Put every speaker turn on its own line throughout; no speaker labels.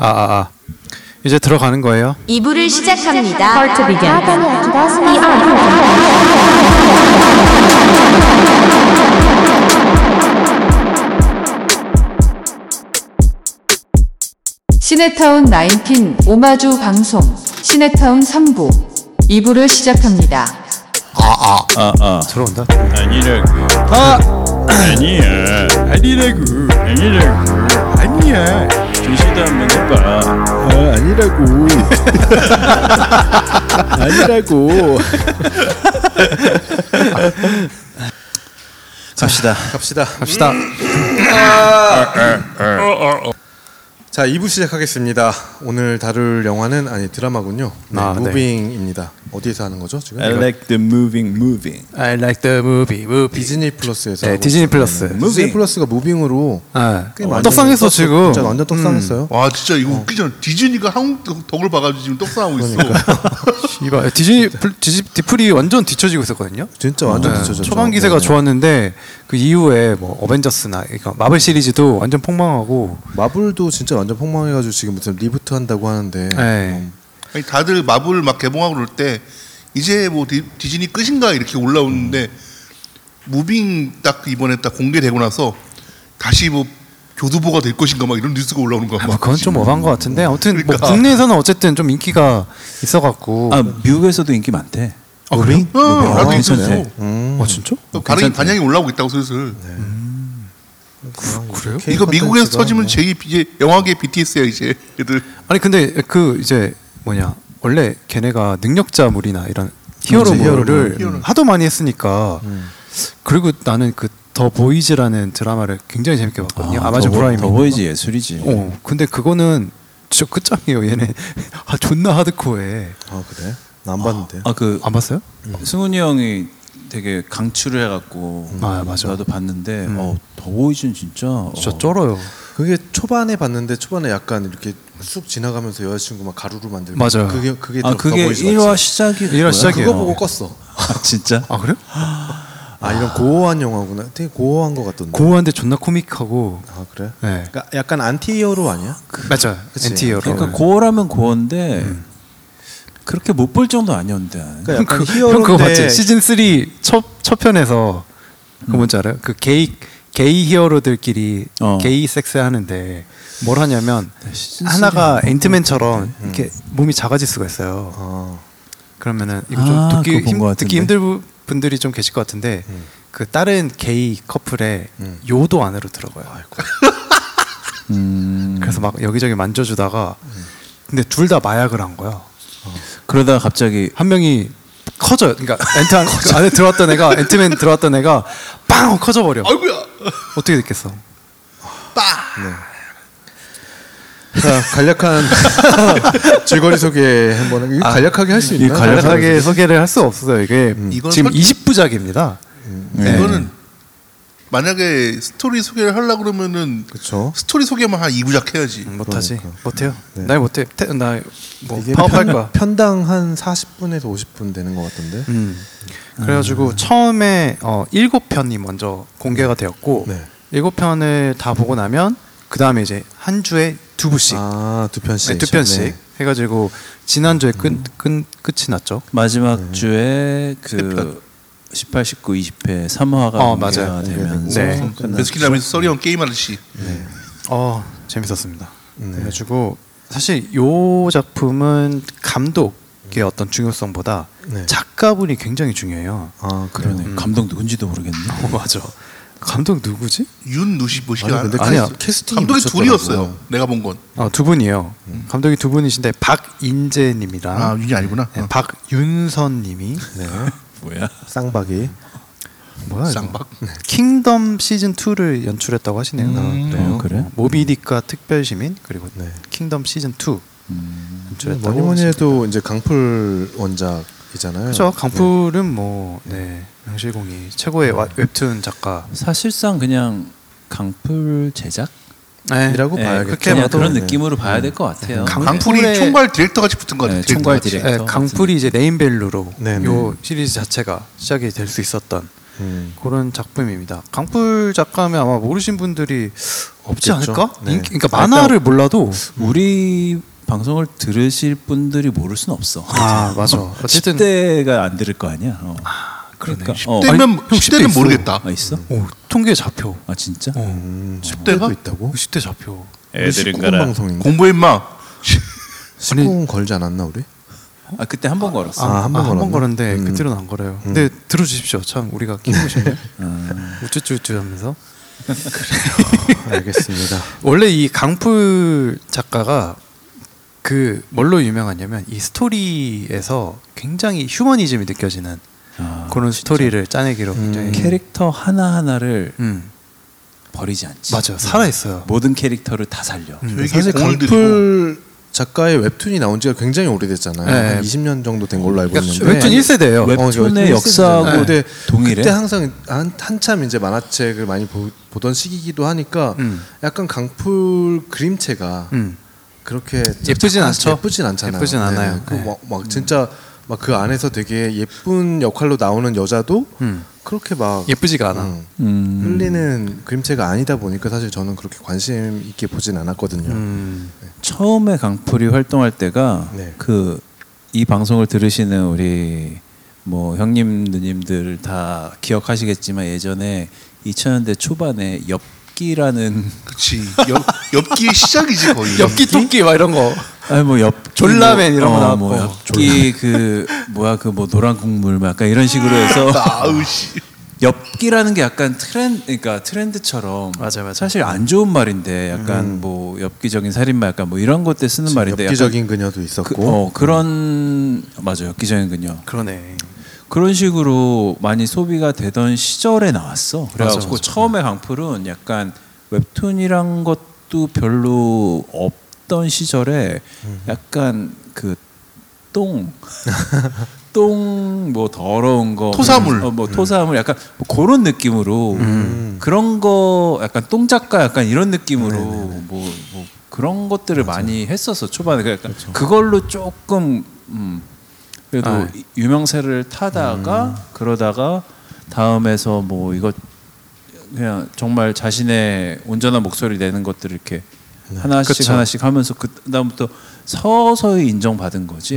아, 아, 아. 이제 들어가는 거예요?
2부를 시작합니다.
to begin.
시네타운 19 오마주 방송 시네타운 3부 2부를 시작합니다.
아아
들어온다.
아니라고 아 아니야 아니라고 아니라고 아니야 조시도 한번 해봐 아 아니라고 아니라고
갑시다.
갑시다. 갑시다.
음. 자, 2부 시작하겠습니다. 오늘 다룰 영화는 아니 드라마군요. 네,
아, 네.
무빙입니다. 어디에서 하는 거죠, 지금?
I like the moving moving
I like the movie. movie.
디즈니 플러스에서
네,
하고
디즈니
있습니다.
플러스.
네, 디즈니 플러스가 무빙으로
아,
꽤
어,
많이
떡상했어,
떴-
지금. 음.
진짜 완전 떡상했어요.
와 진짜 이거 웃기잖아. 디즈니가 한국 덕을 봐가지고 지금 떡상하고 있어.
이봐, 디즈니 플- 디즈, 디플이 완전 뒤쳐지고 있었거든요.
진짜 완전
네,
뒤쳐졌죠.
초반 기세가
네.
좋았는데 그 이후에 뭐 어벤져스나 그러니까 마블 시리즈도 완전 폭망하고
마블도 진짜 완전 폭망해가지고 지금 무슨 리부트 한다고 하는데
네.
아니, 다들 마블 막 개봉하고 그럴 때 이제 뭐 디, 즈니 끝인가 이렇게 올라오는데 무빙 딱 이번에 딱 공개되고 나서 다시 뭐 교두보가 될 것인가 막 이런 뉴스가 올라오는 거야.
뭐
막.
그건 좀 어한 것 같은데 아무튼 뭐
그러니까.
국내에서는 어쨌든 좀 인기가 있어갖고
아 미국에서도 인기 많대
아, 그래요?
응, 나도 있어. 어,
괜찮네.
아 진짜? 네.
반응이
괜찮네.
반향이 올라오고 있다고 슬슬.
그래요?
음, 이거 뭐. 미국에서 터지면 제 이제 영화계 BTS야 이제 애들.
아니 근데 그 이제 뭐냐 원래 걔네가 능력자물이나 이런
음,
히어로물을
히어로물.
하도 많이 했으니까 그리고 나는 그 더 보이즈라는 드라마를 굉장히 재밌게 봤거든요 아, 마존
더 보-
프라임
더 보이지 예술이지
어 근데 그거는 진짜 끝장이에요 얘네 아 존나 하드코어해
아 그래? 나 안 봤는데.
아그 음.
안 봤어요?
승훈이 형이 되게 강추를 해갖고
아, 맞아.
나도 봤는데 어, 더보이즈는 진짜
진짜
어,
쩔어요
그게 초반에 봤는데 초반에 약간 이렇게 쑥 지나가면서 여자친구 막 가루로 만들고
맞아요.
그게 그게
아
더
그게
더보이즈
1화
같지.
시작이
일화 시작이에요.
그거 보고 껐어.
아 진짜?
아 그래요?
아 이런 고어한 영화구나. 되게 고어한 것 같던데.
고어한데 존나 코믹하고
아 그래?
네.
그러니까 약간 안티히어로 아니야? 그러니까
맞아
그치.
엔티어로 네.
그러니까 고어라면 고어인데 그렇게 못 볼 정도 아니었는데
그러니까 약간
형 그거
히어로인데
봤지? 시즌 3첫 편에서 그거 뭔지 알아요? 그 게이 게이 히어로들끼리
음. 어. 네,
게이 섹스 하는데 뭘 하냐면
시즌
하나가 앤트맨처럼 이렇게 몸이 작아질 수가 있어요.
어.
그러면은 이거 좀
아,
듣기
그거 본것
힘,
같은데. 음.
듣기 힘들 분들이 좀 계실 것 같은데 그 다른 게이 커플의 요도 안으로 들어가요.
음.
그래서 막 여기저기 만져주다가 근데 둘 다 마약을 한 거야.
그러다가 갑자기
한 명이 커져요. 그러니까 엔트 안, 그 안에 들어왔던 애가 엔트맨 들어왔던 애가 빵 하고 커져버려.
아이고야.
어떻게 됐겠어?
자 그러니까 간략한 줄거리 소개 한번. 아, 이거 간략하게 할 수
이
있나?
간략하게 소개를 할 수 없어요. 이게
음.
이건
지금
설-
20부작입니다.
이거는 만약에 스토리 소개를 하려고 그러면은
그렇죠.
스토리 소개만 한 2부작 해야지.
못하지.
그러니까.
못해요.
네.
나 못해. 나뭐
이게
파업할
편-
거야.
편당 한 40분에서 50분 되는 것 같던데.
음. 그래가지고 처음에 어, 7편이 먼저 공개가 되었고
네.
일곱 7편을 다 보고 나면 그 다음에 이제 한 주에 두 부씩
아두 편씩. 음.
네, 두 편씩
네.
해가지고 지난주에 끝, 끝, 끝이 났죠.
마지막 주에 그 18, 19, 20회 3화가
어, 맞아요.
공개가 되면서
네.
음, 베스킨라빈스 써리온 게임 아저씨.
어 재밌었습니다.
네.
그래가지고 사실 요 작품은 감독의 어떤 중요성보다
음. 네.
작가분이 굉장히 중요해요.
아 그래요.
그러네. 감독 누군지도 모르겠네.
음. 어, 맞아. 감독 누구지?
윤 누시 보시가
아니, 근데
아니야.
캐스팅이
감독이
미쳤더라고요.
둘이었어요. 내가 본 건.
어, 두 분이에요.
음.
감독이 두 분이신데 박인재님이랑
아 윤이 아니구나.
네, 박윤선님이
네.
뭐야?
쌍박이.
뭐야 이거?
쌍박.
킹덤 시즌 2를 연출했다고 하시네요.
그래요? 어, 그래?
모비딕과 특별시민 그리고
음. 네. 음.
킹덤 시즌 2 연출했다고
뭐니 뭐니 해도 이제 강풀 원작이잖아요.
그렇죠. 강풀은 뭐 네. 명실공히 최고의 와- 웹툰 작가.
사실상 그냥 강풀 제작?
네.
이라고
네,
봐야겠죠.
그렇게
그냥
봐도
그런
네.
느낌으로 봐야 될 것 같아요.
강-
강풀이
강풀의-
총괄 디렉터 같이 붙은 거 같아.
네, 총괄
같이.
디렉터.
네, 강풀이 이제 네임밸류로
네, 네.
요 시리즈 자체가 시작이 될 수 있었던
음.
그런 작품입니다. 강풀 작가면 아마 모르신 분들이 없지
없겠죠.
않을까?
네.
인기- 그러니까 만화를 몰라도
우리 방송을 들으실 분들이 모를 순 없어.
아 맞아. 어쨌든
10대가 안 들을 거 아니야. 어. 그러니까 어.
때면
아니, 형,
10대는 뭐-
있어.
모르겠다.
아, 있어?
오, 통계 뭐 잡혀.
아 진짜?
십대가?
있다고?
그 10대 잡혀.
애들은 가라. 방송인가?
공부해 임마.
시공 걸지 않았나 우리?
아 그때 한 번 걸었어.
아, 한번 걸었나?
한번 걸었는데
음.
그때로는 안 걸어요. 근데 들어주십시오. 참 우리가 키우셨네. 음. 우쭈쭈쭈하면서
알겠습니다.
원래 이 강풀 작가가 그 뭘로 유명하냐면 이 스토리에서 굉장히 휴머니즘이 느껴지는
아, 음.
그런 스토리를 짜내기로 굉장히
캐릭터 하나 하나를
음,
버리지 않지. 음.
맞아 살아 있어요.
모든 캐릭터를 다 살려.
음.
되게
사실
공을
강풀 작가의 웹툰이 나온 지가 굉장히 오래됐잖아요.
네.
한 20년 정도 된 걸로 알고
그러니까
있는데. 어,
웹툰 1세대예요. 네.
웹- 웹툰의 역사하고
근데
동일해?
네. 그때 항상 한, 한참 이제 만화책을 많이 보, 던 시기이기도 하니까
음.
약간 강풀 그림체가
음.
그렇게
예쁘진
착한-
않죠.
예쁘진 않잖아요.
예쁘진 않아요.
그
네.
막, 막 진짜 막 그 안에서 되게 예쁜 역할로 나오는 여자도
음.
그렇게 막
예쁘지가 않아.
음,
음.
흘리는 그림체가 아니다 보니까 사실 저는 그렇게 관심 있게 보진 않았거든요.
음.
처음에 강풀이 활동할 때가
네.
그 이 방송을 들으시는 우리 뭐 형님 누님들 다 기억하시겠지만 예전에 2000년대 초반에 엽기라는
그렇지. 엽기의 시작이지
음.
거의.
엽기 토끼 막 이런 거.
아니 뭐 엽기
졸라맨 이런 거
어,
나왔고.
뭐 엽기 그 뭐야 그 뭐 노란 국물 막 약간 이런 식으로 해서
아우 씨.
엽기라는 게 약간 트렌드 그러니까 트렌드처럼
맞아, 음. 맞아.
사실 안 좋은 말인데 약간 뭐 엽기적인 살인마 약간 뭐 이런 것 때 쓰는 말인데
엽기적인 그녀도
약간
있었고
그, 어 그런 맞아 엽기적인군요
그러네.
그런 식으로 많이 소비가 되던 시절에 나왔어. 그래갖고
맞아.
처음에 강풀은 약간 웹툰이란 것도 별로 없던 시절에 약간 그 그똥똥 뭐 더러운 거
토사물.
어, 뭐 토사물 약간 뭐 그런 느낌으로 그런 거 약간 똥 작가 약간 이런 느낌으로 뭐, 뭐 그런 것들을 많이 했었어 초반에 그러니까 그걸로 조금 음, 그래도
아. 음.
이- 유명세를 타다가 그러다가 다음에서 뭐 이거 그냥 정말 자신의 온전한 목소리 내는 것들을 이렇게 하나씩
네. 그쵸.
하나씩 하면서 그 다음부터 서서히 인정받은 거지.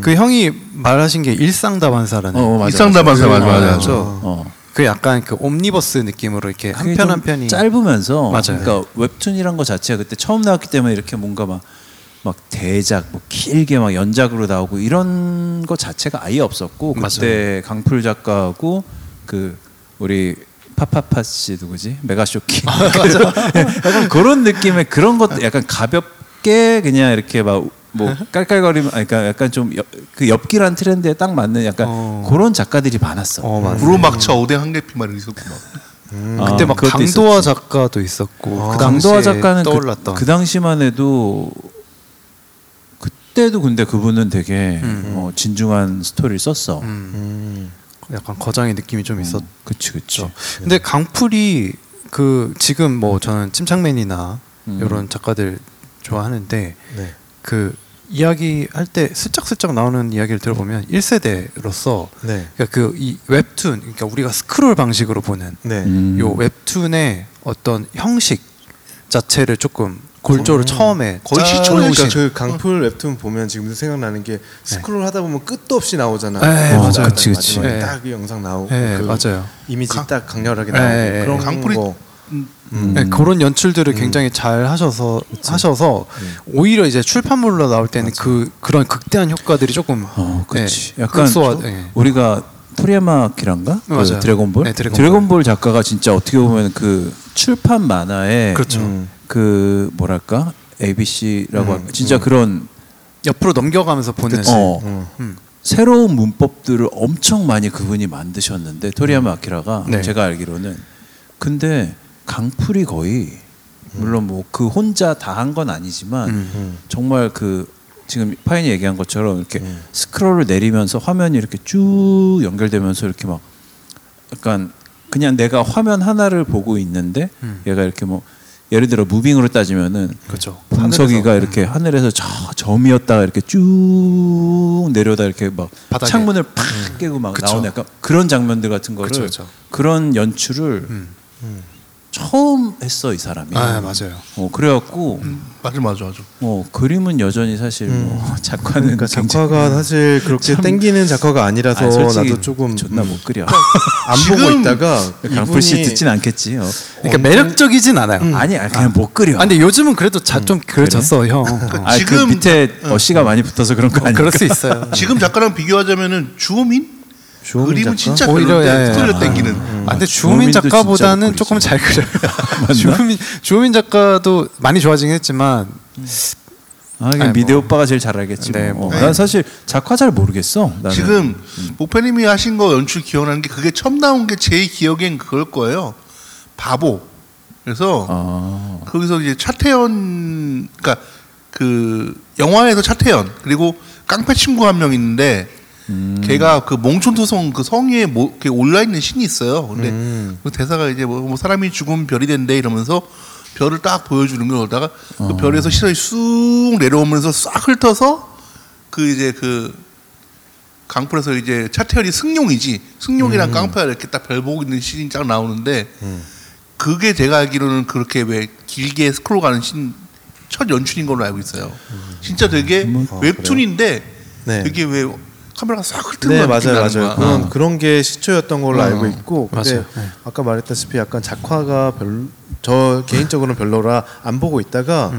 그 형이 말하신 게 일상다반사라는.
어, 맞아,
일상다반사 맞아 맞아. 맞아.
그렇죠.
어.
그 약간 그 옴니버스 느낌으로 이렇게 한
그게
편
좀
한 편이
짧으면서
맞아요. 네.
그러니까 웹툰이란 거 자체가 그때 처음 나왔기 때문에 이렇게 뭔가 막 막 대작 뭐 길게 막 연작으로 나오고 이런 거 자체가 아예 없었고 그때 강풀 작가하고 그 우리 파파파 씨 누구지 메가쇼키
아,
약간 그런 느낌의 그런 것도 약간 가볍게 그냥 이렇게 막 뭐 깔깔거리면 아니, 그러니까 약간 좀 그 엽기란 트렌드에 딱 맞는 약간
어.
그런 작가들이 많았어.
어, 맞아.
구로막차 오대 한계피 말이 있었구만.
아,
그때 막
그것도 아,
강도화 작가도 있었고 그
강도화
당시에
작가는 그,
떠올랐던
그 당시만 해도 그때도 근데 그분은 되게
음.
어, 진중한 스토리를 썼어. 음.
약간 거장의 느낌이
음.
좀 있었죠.
그치 그치.
근데 강풀이 그 지금 뭐 저는 침착맨이나
음.
이런 작가들 좋아하는데
네.
그 이야기 할 때 슬쩍슬쩍 나오는 이야기를 들어보면 1세대로서
네.
그러니까 그 이 웹툰 그러니까 우리가 스크롤 방식으로 보는
네.
음.
요 웹툰의 어떤 형식 자체를 조금 골조를 처음에
어. 거의
짜놓으신-
시초니까 그 강풀 웹툰 보면 지금 생각나는 게 스크롤 하다 보면 끝도 없이 나오잖아.
네,
어,
맞아요.
그치, 그치.
마지막에
네.
딱그 영상 나오고
네,
그
맞아요.
이미지
강-
딱 강렬하게
네,
나오고
네,
그런
강풀이-
거.
네, 그런 연출들을 굉장히 잘 하셔서 하셔서 오히려 이제 출판물로 나올 때는 그 그런 극대한 효과들이 조금
어, 그치.
네,
약간
극소화- 네.
우리가 프리아마키란가? 그
네, 맞아요.
드래곤볼?
네, 드래곤볼.
작가가 진짜 어떻게 보면 그 출판 만화에
그렇죠. 음.
그 뭐랄까 ABC라고 진짜 그런
옆으로 넘겨가면서 보는
어,
음.
새로운 문법들을 엄청 많이 그분이 만드셨는데 토리야마 아키라가
네.
제가 알기로는 근데 강풀이 거의 물론 뭐 그 혼자 다 한 건 아니지만
음,
정말 그 지금 파인이 얘기한 것처럼 이렇게
음.
스크롤을 내리면서 화면이 이렇게 쭉 연결되면서 이렇게 막 약간 그냥 내가 화면 하나를 보고 있는데 얘가 이렇게 뭐 예를 들어 무빙으로 따지면은
음. 그렇죠.
방석이가 이렇게 하늘에서 저 점이었다가 이렇게 쭉 내려다 이렇게 막
바닥에.
창문을 팍 깨고 막 나오는 약간 그런 장면들 같은 거를
그쵸, 그쵸.
런 연출을 처음 했어 이 사람이.
아, 맞아요.
어 그래갖고
맞아 맞아 맞아.
어 그림은 여전히 사실 뭐 작가는
그러니까
굉장히-
작화가 사실 그렇게
참-
땡기는 작화가 아니라서
아, 솔직히
나도 조금
존나
음,
못 그려.
안 보고
지금
있다가
강풀 씨
이분이-
듣진 않겠지. 어.
그러니까 매력적이진 않아요.
아니 아니, 그냥 못
음. 아,
그려.
근데 요즘은 그래도 자, 좀 그려졌어 형. 어,
아, 그
지금-
밑에 어씨가 많이 붙어서 그런 거 아니야?
그럴 수 있어요.
지금 작가랑 비교하자면은 주호민
주호민
그림은
작가?
진짜
오히려,
그런데
예, 예.
스토리로 땡기는.
아, 근데
주호민도
주호민
진짜 못
작가보다는
그리죠.
조금 잘 그려요. 주호민 주호민 작가도 많이 좋아지긴 했지만
아, 그냥
아니,
미대
뭐.
오빠가 제일 잘 알겠지.
네,
뭐.
뭐.
어, 난 사실 작화 잘 모르겠어. 나는.
지금 목표님이 하신 거 연출 기억나는 게 그게 처음 나온 게 제 기억엔 그걸 거예요. 바보. 그래서
아,
거기서 이제 차태현 그러니까 그 영화에서 차태현 그리고 깡패 친구 한 명 있는데 걔가 그 몽촌토성 그 성에 뭐 이렇게 올라 있는 신이 있어요. 근데 그 대사가 이제 뭐, 뭐 사람이 죽으면 별이 된대 이러면서 별을 딱 보여주는 걸 그러다가 그 별에서 시선이 쑥 내려오면서 싹 훑어서 그 이제 그 강풀에서 이제 차태현이 승룡이지
음.
승룡이랑 깡패가 이렇게 딱 별 보고 있는 신이 딱 나오는데 그게 제가 알기로는 그렇게 왜 길게 스크롤 가는 신 첫 연출인 걸로 알고 있어요.
음.
진짜 되게 웹툰인데
아, 네.
되게 왜 카메라가 싹 훑는
네
거
맞아요 맞아요
거
그런 그런 게 시초였던 걸로 알고 있고 근데
맞아요.
아까 말했다시피 약간 작화가 별로 저 개인적으로는 별로라 안 보고 있다가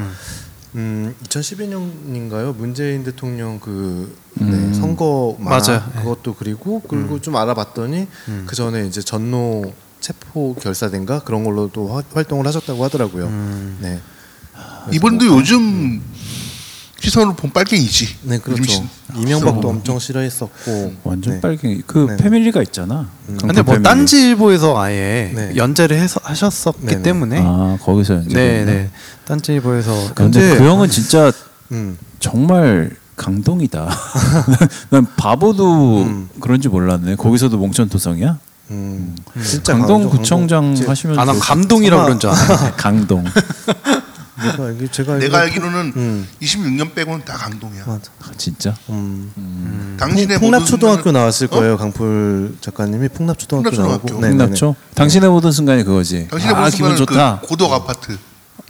음, 2012년인가요 문재인 대통령 그 네, 선거 만화
맞아요.
그것도 그리고 그리고 좀 알아봤더니 그 전에 이제 전노 체포 결사된가 그런 걸로도 화- 활동을 하셨다고 하더라고요 네.
어. 이번도 요즘 시선으로 본 빨갱이지.
음. 네 그렇죠
요즘
이명박도 엄청 싫어했었고
완전
네.
빨갱이. 그
네.
패밀리가 있잖아. 강풀
근데 뭐
패밀리.
딴지일보에서 아예
네.
연재를 해서 하셨었기
네네.
때문에
아, 거기서 이제.
네네 딴지일보에서
근데
근데-
그 형은 진짜
음.
정말 강동이다. 난 바보도 그런지 몰랐네. 거기서도 몽천토성이야?
음. 진짜
강동구청장
강동-
하시면
아난 감동이라 그런 줄 알아.
강동.
내가 알기 제가
내가
알기로
알기로는
아, 음.
26년 빼고는 다 강동이야.
맞아.
아, 진짜?
음.
당신의
풍,
모든
풍납 초등학교
순간을- 어?
나왔을 거예요. 강풀 작가님이 풍납 초등학교
풍납초등학교.
나오고. 네네네.
흥납죠? 당신의 모든 순간이 그거지.
당신의
아,
모든
기분
순간은
좋다.
그 고덕 아파트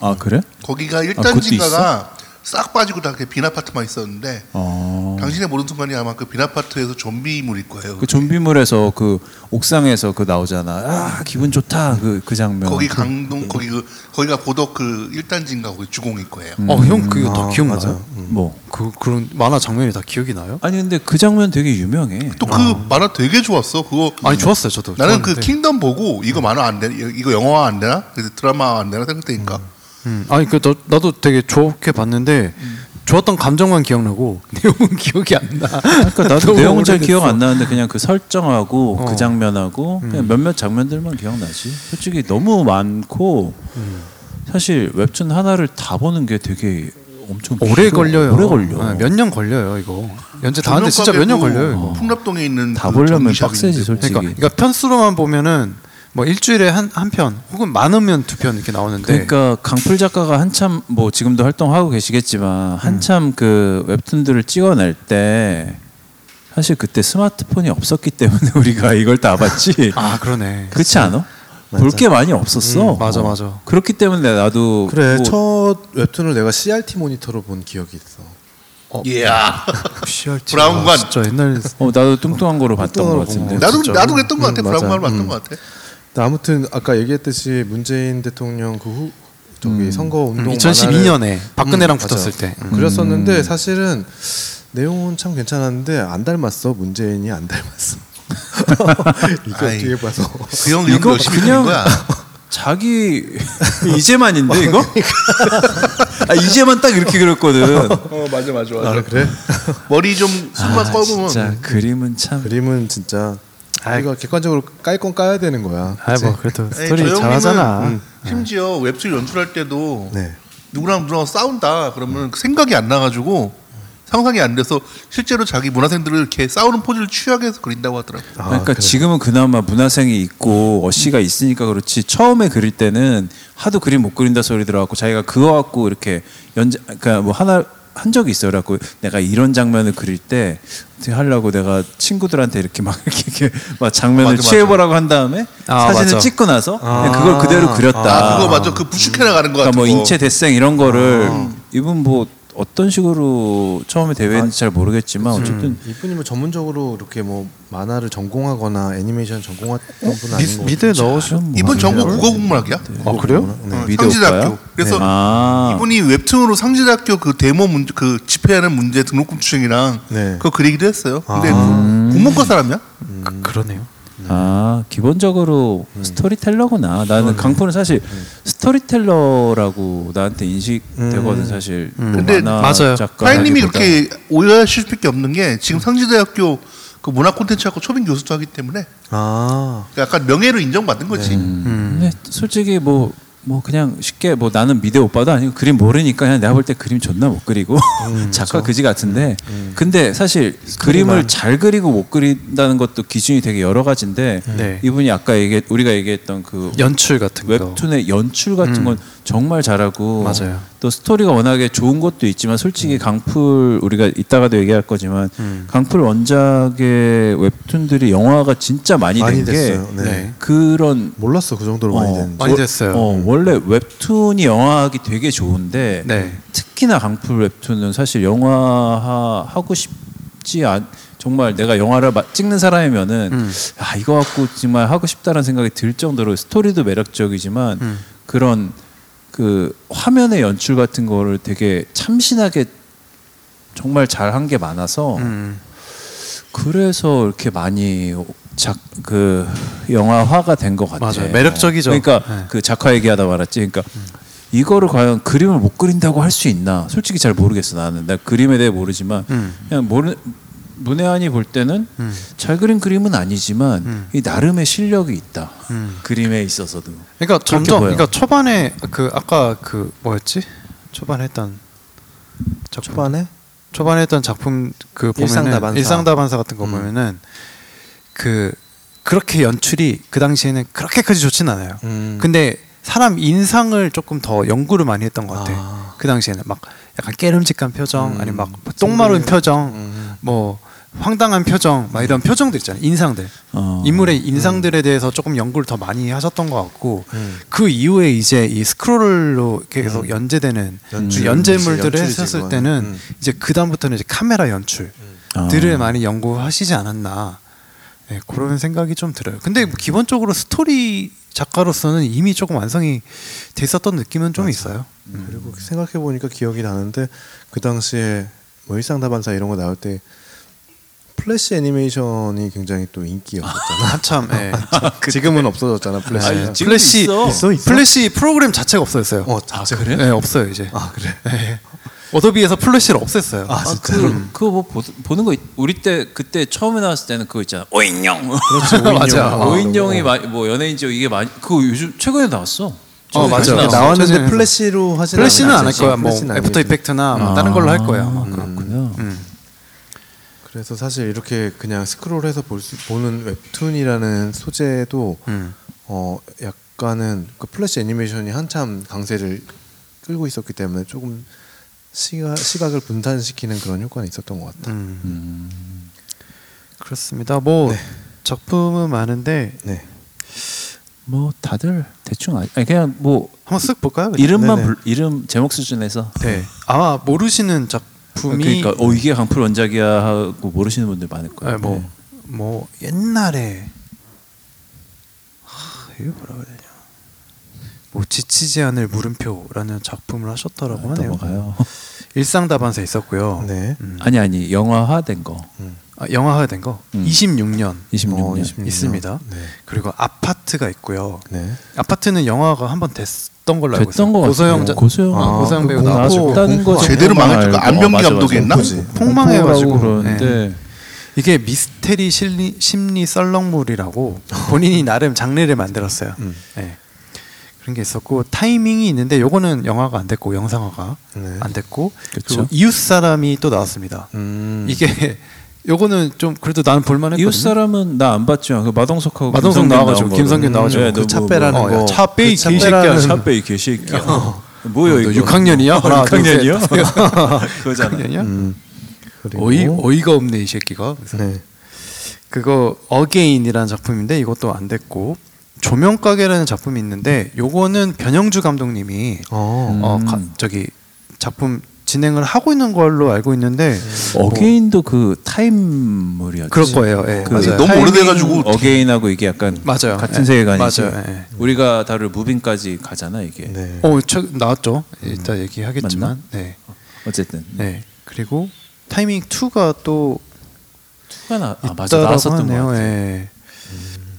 아, 그래?
거기가
그것도
1단지가가 싹 빠지고 다 빈 아파트만 있었는데
어.
당신의 모든 순간이 아마 그 빈 아파트에서 좀비물일 거예요.
그 좀비물에서 그 옥상에서 그 나오잖아. 아 기분 좋다 그 그 장면.
거기 강동 거기 그 거기가 고덕 그 1단지인가 거기 주공일 거예요.
어형 그거 다 기억나요?
맞아요.
뭐
그 그런 만화 장면이 다 기억이 나요?
아니 근데 그 장면 되게 유명해.
또 그 만화 되게 좋았어. 그거
아니
네.
좋았어요 저도.
나는 그
좋았는데.
킹덤 보고 이거 만화 안 되나 이거 영화 안 되나 그래서 드라마 안 되나 생각되니까
음, 아니 그 나, 나도 되게 좋게 봤는데
음.
좋았던 감정만 기억나고 내용은 기억이 안 나.
그러니까 나도
너무
내용은
오래됐어. 어.
잘
음.
기억 안 나는데 그냥 그 설정하고 그 장면하고 그냥 몇몇 장면들만 기억나지. 솔직히 너무 많고
음.
사실 웹툰 하나를 다 보는 게 되게 엄청
오래
길어.
걸려요. 네,
오래 걸려.
몇 년 걸려요 이거. 연재 다 하는데 진짜 몇 년 걸려요 이거.
풍납동에 있는
다
그
보려면
전기샵이
어, 빡세지
있는데
솔직히.
그러니까, 그러니까 편수로만 보면은 뭐 일주일에 한 한 편 혹은 많으면 두 편 이렇게 나오는데
그러니까 강풀 작가가 한참 뭐 지금도 활동하고 계시겠지만 한참 그 웹툰들을 찍어낼 때 사실 그때 스마트폰이 없었기 때문에 우리가 이걸 다 봤지.
아 그러네.
그렇지 않아? 볼 게 많이 없었어.
음, 맞아,
어.
맞아.
그렇기 때문에 나도
그래
뭐
첫 웹툰을 내가 CRT 모니터로 본 기억이 있어.
이야
CRT 가
브라운관.
그 아, 진짜 옛날
어, 나도 뚱뚱한 거로 봤던 것
뚱뚱한 거
같은데.
본
나도
진짜로?
나도 그랬던 것 같아
음,
브라운관을
맞아.
봤던
음.
것 같아
근데 아무튼 아까 얘기했듯이 문재인 대통령 그 후 저기 선거 운동
음. 2012년에
만화를-
박근혜랑
맞아.
붙었을 때. 음.
그렸었는데 사실은 내용은 참 괜찮았는데 안 닮았어 문재인이 안 닮았어. 이거
아이.
뒤에 봐서
그형 이거
이거
열심히 그냥
그냥
거야.
자기 이제만인데 이거? 아, 이제만 딱 이렇게 그렸거든.
어 맞아 맞아 맞아
아 그래?
머리 좀 숨만 뻘보면
아, 진짜 그림은 참
그림은 진짜 우리가 객관적으로 깔 건 까야 되는 거야.
아이 뭐 그래도
에이,
스토리
저 형님은 음.
잘하잖아.
심지어 웹툰 연출할 때도
네.
그 누구랑 누구랑 싸운다 그러면 생각이 안 나가지고 상상이 안 돼서 실제로 자기 문화생들을 이렇게 싸우는 포즈를 취하게 해서 아, 그린다고 하더라고요.
그러니까 지금은 그나마 문화생이 있고 어씨가 있으니까 그렇지 처음에 그릴 때는 하도 그림 못 그린다 소리 들어갖고 자기가 그거 갖고 이렇게 연장 그러니까 뭐 하나 한 적이 있어요. 그래갖고 내가 이런 장면을 그릴 때 어떻게 하려고 내가 친구들한테 이렇게 막 이렇게 막 장면을
맞아, 맞아.
취해보라고 한 다음에
아,
사진을
맞아.
찍고 나서 그냥 그걸 그대로 그렸다.
아, 그거 맞죠? 그 부축해 나가는 거
그러니까
같은
뭐
거. 아.
인체 대생 이런 거를 이분 뭐 어떤 식으로 처음에
아.
대회했는지 잘 모르겠지만 어쨌든
이분이 뭐 전문적으로 이렇게 뭐 만화를 전공하거나 애니메이션 전공했던 분 아닌
미-
거
미드 넣으셨
뭐
이번 전공 국어국문학이야.
아
네.
그래요?
어,
네, 미드
상지대학교.
오빠요?
그래서
아.
이분이 웹툰으로 상지대학교 그 데모 문제, 그 집회하는 문제 등록금 추정이랑
네.
그거 그리기도 했어요. 근데 국문과 사람이야?
그, 그러네요.
아 기본적으로
네.
스토리텔러구나. 나는 강포는 사실 스토리텔러라고 나한테 인식되거든 사실. 뭐
음. 근데
만화
맞아요.
작가라기보다.
하이님이 그렇게 오해하실 수밖에 없는 게 지금 상지대학교 그 문화 콘텐츠학과 초빙 교수도 하기 때문에 그러니까
아
약간 명예로 인정받은 거지. 음.
그러니까. 근데 솔직히 뭐. 뭐 그냥 쉽게 뭐 나는 미대 오빠도 아니고 그림 모르니까 그냥 내가 볼 때 그림 존나 못 그리고
음,
작가 그지 같은데 근데 사실 그림을 잘 그리고 못 그린다는 것도 기준이 되게 여러 가지인데
네.
이분이 아까 얘기 우리가 얘기했던 그
연출 같은 거.
웹툰의 연출 같은 건 정말 잘하고
음. 맞아요. 음.
또 스토리가 워낙에 좋은 것도 있지만 솔직히 강풀 우리가 이따가도 얘기할 거지만 강풀 원작의 웹툰들이 영화가 진짜 많이,
많이
된 게
됐어요. 네. 네.
그런
몰랐어 그 정도로 많이
어,
됐는지
많이 됐어요.
어, 원래 웹툰이 영화하기 되게 좋은데
네.
특히나 강풀 웹툰은 사실 영화 하고 싶지 않 정말 내가 영화를 마- 찍는 사람이면은 아 이거 갖고 정말 하고 싶다라는 생각이 들 정도로 스토리도 매력적이지만 그런 그 화면의 연출 같은 거를 되게 참신하게 정말 잘 한 게 많아서
음.
그래서 이렇게 많이 작 그 영화화가 된 것 같아요.
맞아요. 매력적이죠.
그러니까
네.
그 작화 얘기하다 말았지. 그러니까 이거를 과연 그림을 못 그린다고 할 수 있나? 솔직히 잘 모르겠어 나는. 나 그림에 대해 모르지만
음.
그냥 모르 문혜안이 볼 때는 잘 그린 그림은 아니지만
음.
이 나름의 실력이 있다. 그림에 있어서도.
그러니까 점점
보여요.
그러니까 초반에 그 아까 그 뭐였지? 초반에 했던 작품.
초반에
초반에 했던 작품 그 보면은
일상다반사. 음.
일상다반사 같은 거 보면은 그 그렇게 연출이 그 당시에는 그렇게까지 좋진 않아요.
음.
근데 사람 인상을 조금 더 연구를 많이 했던 것 같아. 요그 당시에는 막 약간 깨름직한 표정,
음.
아니면 막뭐 똥마른 표정, 뭐 황당한 표정, 막 이런 표정들 있잖아요. 인상들.
어.
인물의 인상들에 대해서 조금 연구를 더 많이 하셨던 것 같고 그 이후에 이제 이 스크롤로 계속 연재되는 그 연재물들을
연출이지,
했었을
그거는.
때는
음.
이제 그 다음부터는 이제 카메라 연출들을 많이 연구하시지 않았나 네, 그런 생각이 좀 들어요. 근데 뭐 기본적으로 스토리 작가로서는 이미 조금 완성이 돼 있었던 느낌은 좀 있어요.
그리고 생각해 보니까 기억이 나는데 그 당시에 뭐 일상다반사 이런 거 나올 때 플래시 애니메이션이 굉장히 또 인기였었잖아.
한참 예.
지금은 없어졌잖아 플래시.
아니, 지금도
플래시
있어.
있어, 있어?
플래시 프로그램 자체가 없어졌어요.
어, 아,
그래?
네, 없어요 이제.
아 그래.
네. 어도비에서 플래시를 없앴어요.
아 진짜.
그, 그거 뭐 보, 보는 거 있- 우리 때 그때 처음에 나왔을 때는 그거 있잖아 오인영
맞아.
아,
오인영이 많이 뭐 연예인지옥 이게 많이 그거 요즘 최근에 나왔어
어, 맞아.
최근에 나왔어.
나왔-
나왔는데
나왔는데
플래시로 하진
플래시는 안 할 거야. 뭐 애프터 이펙트나 뭐 다른 걸로 할 음. 거예요. 아마.
아. 음, 그렇군요
그래서 사실 이렇게 그냥 스크롤해서 볼 수, 보는 웹툰이라는 소재도 어 약간은 그 플래시 애니메이션이 한참 강세를 끌고 있었기 때문에 조금 시각, 시각을 분산시키는 그런 효과는 있었던 것 같아요.
그렇습니다. 뭐 작품은 많은데
네.
뭐 다들 대충 아 아니, 그냥 뭐
한번 쓱 볼까요? 그냥?
이름만
네네.
불, 이름 제목 수준에서
네. 아마 모르시는 작품이
그러니까 어 이게 강풀 원작이야 하고 모르시는 분들 많을 거예요
네, 뭐, 뭐 옛날에 하, 이거 뭐라 그래야 되냐. 뭐 지치지 않을 물음표라는 작품을 하셨더라고
네,
하네요. 음.
넘어가요
일상다반사 있었고요.
네.
아니 아니 영화화된 거
아, 영화화 된 거.
음.
26년
26년
어, 26.
있습니다.
네.
그리고 아파트가 있고요.
네.
아파트는 영화가 한 번 됐던 걸로 알고 있어요.
됐던 거 같아요
고소영 자-
고소영
아, 고소영 배우
공
나왔고
아쉽다는 거
제대로
정도만
망했죠. 그
알고.
안병기
맞아, 맞아.
감독이 했나?
그지.
폭망해가지고. 네.
그러는데
이게 미스테리
음.
심리, 심리 썰렁물이라고 본인이 나름 장르를 만들었어요. 네. 그런 게 있었고 타이밍이 있는데 요거는 영화가 안 됐고 영상화가
네.
안 됐고
그쵸.
그리고 이웃 사람이 또 나왔습니다.
음.
이게 요거는 좀 그래도 나는 볼만했거든요.
이웃 사람은 나 안 봤죠. 그 마동석하고
마동석
김성균
나와가지고,
나온
김성균
거를.
나와가지고 그
너무
차빼라는
뭐-
어, 야,
거.
차 빼이
그
개새끼야.
차빼라는-
차
차빼 이 개새끼야. 뭐야
어. 너
이거? 어,
어, 육학년이야? 하나, 둘,
6학년이요?
셋.
그거잖아.
그러냐?
그리고
음. 어이 어이가 없네 이 새끼가. 그래서
네.
그거 어게인이라는 작품인데 이것도 안 됐고 조명 가게라는 작품이 있는데 요거는 변영주 감독님이
어.
어 가- 저기 작품 진행을 하고 있는 걸로 알고 있는데 뭐
어게인도 그 타임물이었지.
그럴 거예요. 예,
그
맞아요.
너무
타이밍
오래돼가지고
어게인하고 이게 약간
맞아요.
같은
예,
세계관이지.
맞아요. 예.
우리가 다룰 무빙까지 가잖아 이게.
네.
어, 저, 나왔죠. 이따 얘기하겠지만.
맞나?
네.
어쨌든
네. 그리고 타이밍 2가 또
투가 나 아, 맞아
있다라고
나왔었던 거
하네요.
같아. 음.
예.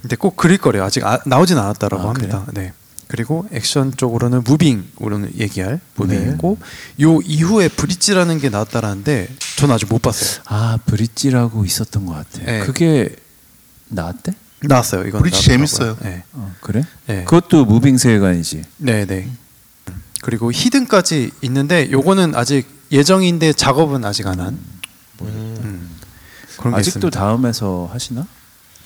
근데 꼭 그릴 거래요. 아직 아, 나오진 않았다라고
아,
합니다. 네. 그리고 액션 쪽으로는 무빙 오늘 얘기할 무빙이고 요 이후에 브릿지라는 게 나왔다라는데 전 아직 못 봤어요.
아 브릿지라고 있었던 것 같아.
예.
그게 나왔대?
나왔어요. 이건
브릿지
나왔더라고요.
재밌어요.
네.
어, 그래?
예.
그것도 무빙 세계관이지.
네, 네. 그리고 히든까지 있는데 요거는 아직 예정인데 작업은 아직 안 한. 음. 그런 게
아직도
있습니다.
다음에서 하시나?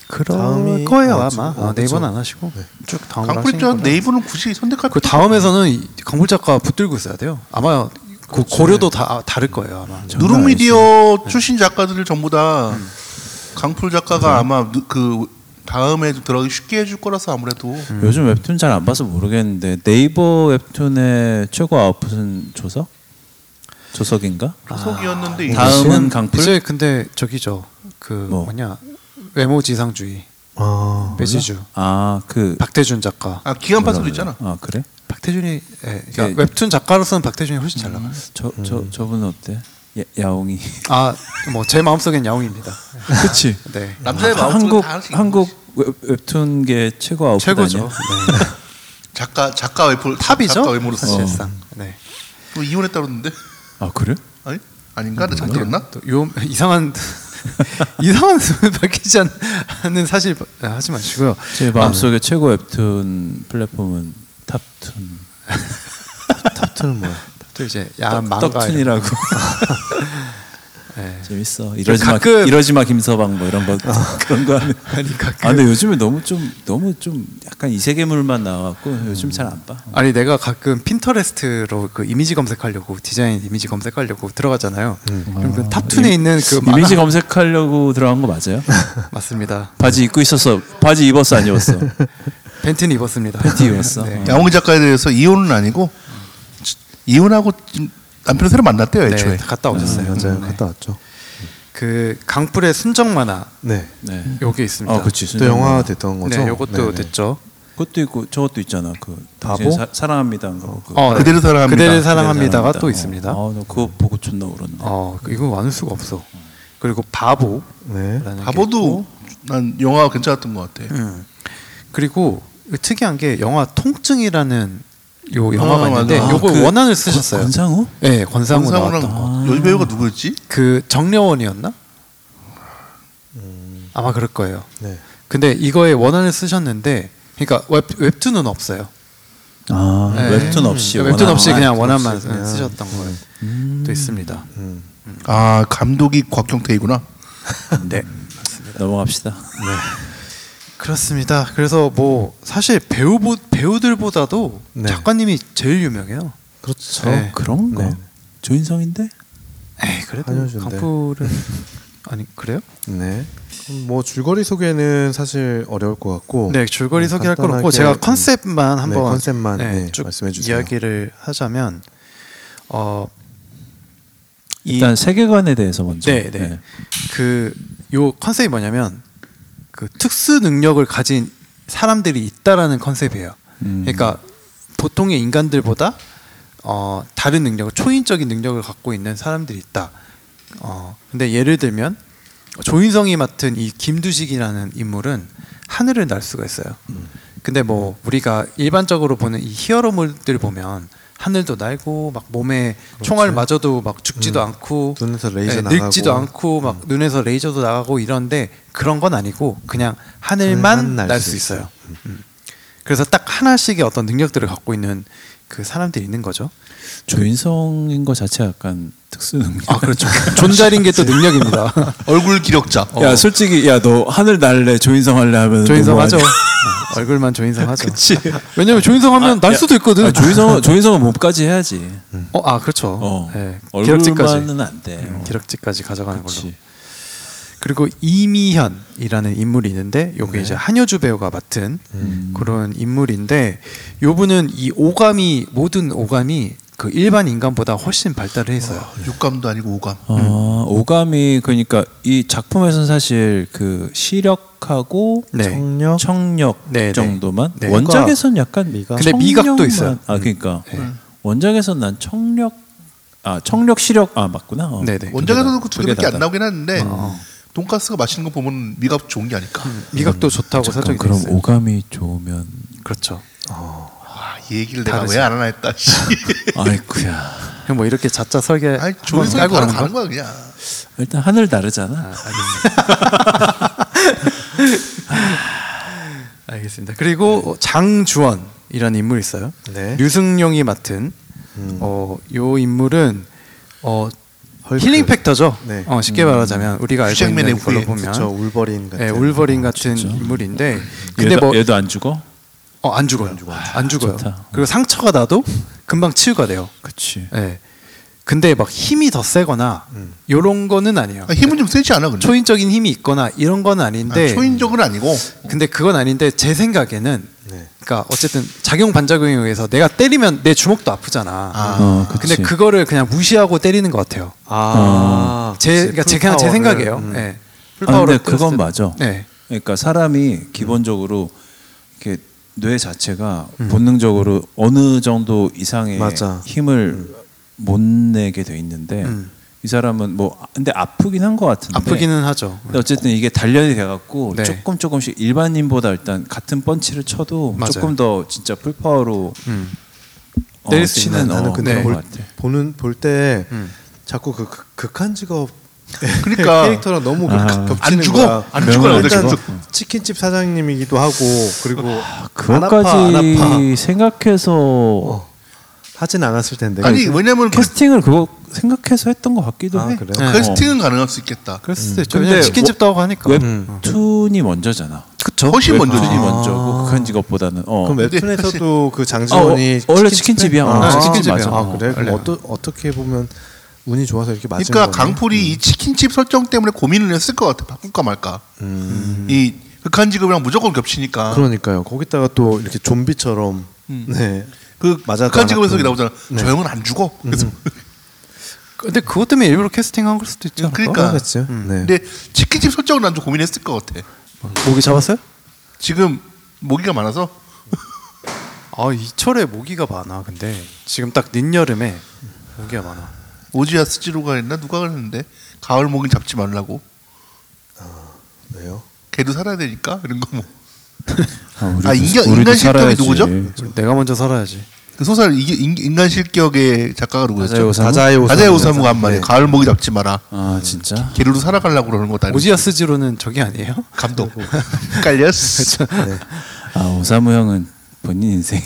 그럴
다음이-
거예요
어,
아마
어,
아, 네이버는
그쵸.
안 하시고 쭉 다음으로 하시는
강풀자
거는
네이버는 굳이 선택할
그 다음에서는 이 강불 작가 붙들고 있어야 돼요 아마 그 고려도 다 아, 다를 거예요 아마
그 누룽미디어 출신 작가들을 전부 다 강풀 작가가 아마 누- 그 다음에 들어가기 쉽게 해줄 거라서 아무래도
요즘 웹툰 잘 안 봐서 모르겠는데 네이버 웹툰의 최고 아웃풋은 조석? 조석인가?
속이었는데 이게
다음은
이제
강풀?
근데 저기죠 그
뭐?
뭐. 냐 외모지상주의
아.
배지주
아, 그
박태준 작가
아 기간 판서도 있잖아.
아, 그래?
박태준이 예, 그러니까
예.
웹툰 작가로서는 박태준이 훨씬 잘 나가요
저, 저, 저분은 어때? 야, 야옹이.
아뭐 제 마음속엔 야옹입니다
그치?
네
남자의
아,
마음속은
한국,
다 하나씩
한국 웹, 웹툰계 최고 아웃풋
최고죠
아니야?
네.
작가 작가 외모
탑이죠
작가 외모로서
사실상 네.
또 이혼했다는데
아, 그래?
아니 아닌가 내가
음.
잘 들었나?
또 요, 이상한 이상한 소문 밝히지 않- 않는 사실 아, 하지 마시고요.
제 마음속에 최고 웹툰 플랫폼은 탑툰.
탑트는 뭐야?
또 이제
아,
야한 망가 이런-
떡툰이라고.
네.
아, 재밌어. 이러지 마,
가끔- 어.
이러지 마 김서방 뭐 이런 거 그런 거 하는.
아니 그 가끔
아, 근데 요즘에 너무 좀 너무 좀 약간 이세계물만 나와갖고 요즘 잘 안 봐.
아니 내가 가끔 핀터레스트로 그 이미지 검색하려고 디자인 이미지 검색하려고 들어가잖아요. 그럼 그 탑툰에 있는 그 만화-
이미지 검색하려고 들어간 거 맞아요?
맞습니다.
바지 입고 있었어. 바지 입었어 안 입었어?
팬티는 입었습니다.
팬티 입었어?
네.
어.
양홍희 작가에 대해서 이혼은 아니고 이혼하고 지금 남편을 새로 만났대요
네,
애초에.
갔다 오셨어요.
맞아요.
네.
갔다 왔죠.
그 강풀의 순정 만화
네.
네.
요게 있습니다.
아, 그치.
또 영화 됐던 거죠.
네, 요것도
네네.
됐죠.
그것도 있고 저것도 있잖아. 그
바보?
당신 사, 사랑합니다인 거. 그거.
어, 네.
그대를 사랑합니다.
그대를 사랑합니다가
사랑합니다.
또
어.
있습니다.
아, 나 그거 보고 존나 울었네.
어, 이거 와눌 수가 없어. 그리고 바보.
네.
바보도 난 영화 괜찮았던 것 같아.
음, 예. 그리고 특이한 게 영화 통증이라는 요 영화가
아,
있는데
맞아.
요거
그
원안을 쓰셨어요.
권상우?
네, 권상우
권상우랑
나왔던 거. 음.
여기 배우가 누구였지?
그 정려원이었나? 아마 그럴 거예요.
네.
근데 이거에 원안을 쓰셨는데, 그러니까 웹, 웹툰은 없어요.
아,
네.
웹툰 없이 아,
웹툰
원하는
없이
거.
그냥 원안만 쓰셨던 거예요. 또 있습니다.
아 감독이 곽경태이구나.
네. 넘어갑시다.
그렇습니다. 그래서 뭐 사실 배우 배우들보다도
네.
작가님이 제일 유명해요.
그렇죠.
네.
그런가?
네.
조인성인데?
에이 그래도
한효준데.
강풀은 아니 그래요?
네. 그럼 뭐 줄거리 소개는 사실 어려울 것 같고.
네 줄거리 소개할 건
뭐, 간단하게,
없고 제가
음,
컨셉만
네,
한번
컨셉만, 네,
쭉
말씀해 주세요.
이야기를 하자면 어
일단 세계관에 대해서 먼저.
네네 그 요 컨셉이 뭐냐면 그 특수 능력을 가진 사람들이 있다라는 컨셉이에요.
음.
그러니까 보통의 인간들보다 어 다른 능력을 초인적인 능력을 갖고 있는 사람들이 있다. 어 근데 예를 들면 조인성이 맡은 이 김두식이라는 인물은 하늘을 날 수가 있어요.
음.
근데 뭐 우리가 일반적으로 보는 이 히어로물들 보면 하늘도 날고 막 몸에 총알 맞아도 막 죽지도 않고
음. 눈에서 레이저
예,
나가고. 음.
늙지도 않고 막 눈에서 레이저도 나가고 이런데 그런 건 아니고 그냥 하늘만
하늘만 날
날
수
수
있어요.
있어요. 음. 그래서 딱 하나씩의 어떤 능력들을 갖고 있는 그 사람들이 있는 거죠.
조인성인 것 자체가 약간 특수능력.
아 그렇죠. 존잘인 게 또 능력입니다.
얼굴 기력자.
야 솔직히 야 너 하늘 날래 조인성 할래 하면
어. 조인성
너무하네.
하죠. 어, 얼굴만 조인성 하죠.
그치.
왜냐면 조인성 하면 날 수도 있거든.
아, 조인성 조인성은 몸까지 해야지.
어, 아 그렇죠.
어.
네, 기럭지까지. 음,
얼굴만은 안 돼. 어.
기럭지까지 가져가는 걸로.
그치.
그리고 이미현이라는 인물이 있는데 요게
네.
이제 한효주 배우가 맡은
음.
그런 인물인데 요 분은 이 오감이 모든 오감이 그 일반 인간보다 훨씬 발달을 했어요.
육감도 아니고 오감.
음.
아, 오감이 그러니까 이 작품에서는 사실 그 시력하고
네.
청력, 청력
네, 네.
정도만
네.
원작에선 약간 미각.
근데 미각도 있어요. 음. 네.
아 그러니까 원작에선 난 청력 아 청력 시력 아 맞구나. 어.
네네. 어.
원작에서도
그게
그 두 개밖에
다다.
안 나오긴 하는데 돈가스가 맛있는 거 보면 미각 좋은 게 아닐까.
미각도 좋다고
음. 잠깐
사정이 돼
그럼
있어요.
오감이 좋으면
그렇죠.
아, 이 얘기를 내가 왜 안 하나 했다. 씨.
아이쿠야.
그냥 뭐 이렇게 자자 설계
아니 조인성
깔고
바로
가는
가는
거.
거야 그냥.
일단 하늘 다르잖아.
알겠습니다. 그리고 어, 장주원이라는 인물이 있어요.
네.
류승룡이 맡은 어, 요 인물은 어, 힐링 팩터죠.
네.
어, 쉽게 말하자면 우리가 알고
휴잭맨의
있는 걸로
후예.
보면
저 음. 울버린 같은.
예, 울버린 같은 인물인데 근데
근데 얘도,
뭐
얘도 안 죽어?
어, 안 죽어요. 안, 죽어. 요
좋다.
그리고 상처가 나도 금방 치유가 돼요.
그렇지.
예. 근데 막 힘이 더 세거나 요런 거는 아니에요.
아, 힘은 좀 세지 않아 근데.
초인적인 힘이 있거나 이런 건
아,
아닌데
초인적은 아니고
근데 그건 아닌데 제 생각에는
네.
그러니까 어쨌든 작용 반작용에 의해서 내가 때리면 내 주먹도 아프잖아.
어, 그치.
근데 그거를 그냥 무시하고 때리는 것 같아요.
아,
제 그러니까 제 그냥 제 생각이에요. 예.
아, 근데
풀파워를
그건
뺐을-
맞아.
네.
그러니까 사람이 기본적으로 이렇게 뇌 자체가
음.
본능적으로 어느 정도 이상의
맞아.
힘을
음.
못 내게 돼 있는데 이 사람은 뭐 아- 근데 아프긴 한 것 같은데
아프기는 하죠. 음.
근데 어쨌든 이게 단련이 돼갖고
네.
조금 조금씩 일반인보다 일단 같은 펀치를 쳐도
맞아요.
조금 더 진짜 풀파워로
음.
어,
때릴 수 있는
치는,
나는
어,
근데
그런
볼-
것 같아.
보는 볼 때
음.
자꾸 그 극- 극한 직업
그러니까.
캐릭터랑 너무 그
아.
가- 겹치는
안 죽어?
거야.
안 죽어요,
일단
그래서.
치킨집 사장님이기도 하고 그리고 안
그것까지
아파 안 아파
생각해서
하진 않았을 텐데.
아니 왜냐면
네. 캐스팅을 그거 생각해서 했던 것 같기도
아,
해.
그래요?
네.
캐스팅은 어. 가능할 수 있겠다.
그럴 수도 있죠.
근데
왜냐면 치킨집도 하고 하니까.
음.
음. 웹툰이 먼저잖아.
그쵸? 훨씬 음, 먼저
웹툰이 먼저고 극한 직업보다는 어.
그럼 웹툰에서도 그 장지원이
아, 어, 원래
치킨집에?
치킨집이야. 어,
아,
치킨집
치킨집이야.
맞아.
아, 그래? 그럼
원래는.
어떠, 어떻게 보면 운이 좋아서 이렇게 맞은
그러니까
거네.
강풀이 이 치킨집 설정 때문에 고민을 했을 것 같아. 바꿀까 말까. 이 극한 직업이랑 무조건 겹치니까.
그러니까요. 거기다가 또 이렇게 좀비처럼 네.
그 네. 음.
맞아도
극한
안
직업에서
아프고.
나오잖아. 저 형은 안 죽어. 그래서
근데 그것 때문에 일부러 캐스팅한 걸 수도 있지 않을까?
그러니까.
그러겠죠. 네.
근데 치킨집 설정은 난 좀 고민했을 것 같아.
모기 잡았어요?
지금 모기가 많아서
아 이철에 모기가 많아. 근데 지금 딱 늦여름에 모기가 많아.
오지야 스지로가 했나 누가 그랬는데 가을 모기 잡지 말라고.
왜요?
걔도 살아야 되니까 이런 거 뭐.
아, 우리도,
아, 인간-
우리도
인간 실격이
살아야지.
누구죠?
내가 먼저 살아야지.
그 소설 이게 인- 인간 실격의 작가가 누구였죠?
다자의 오사무?
다자의 오사무. 다자의 오사무가 한 말이에요.
네.
가을 모기 잡지 마라.
아 진짜?
걔들도 살아가려고 그러는 거다.
오지아 스지로는 저기 아니에요?
감독. 깔렸어.
아 오사무 형은 본인 인생.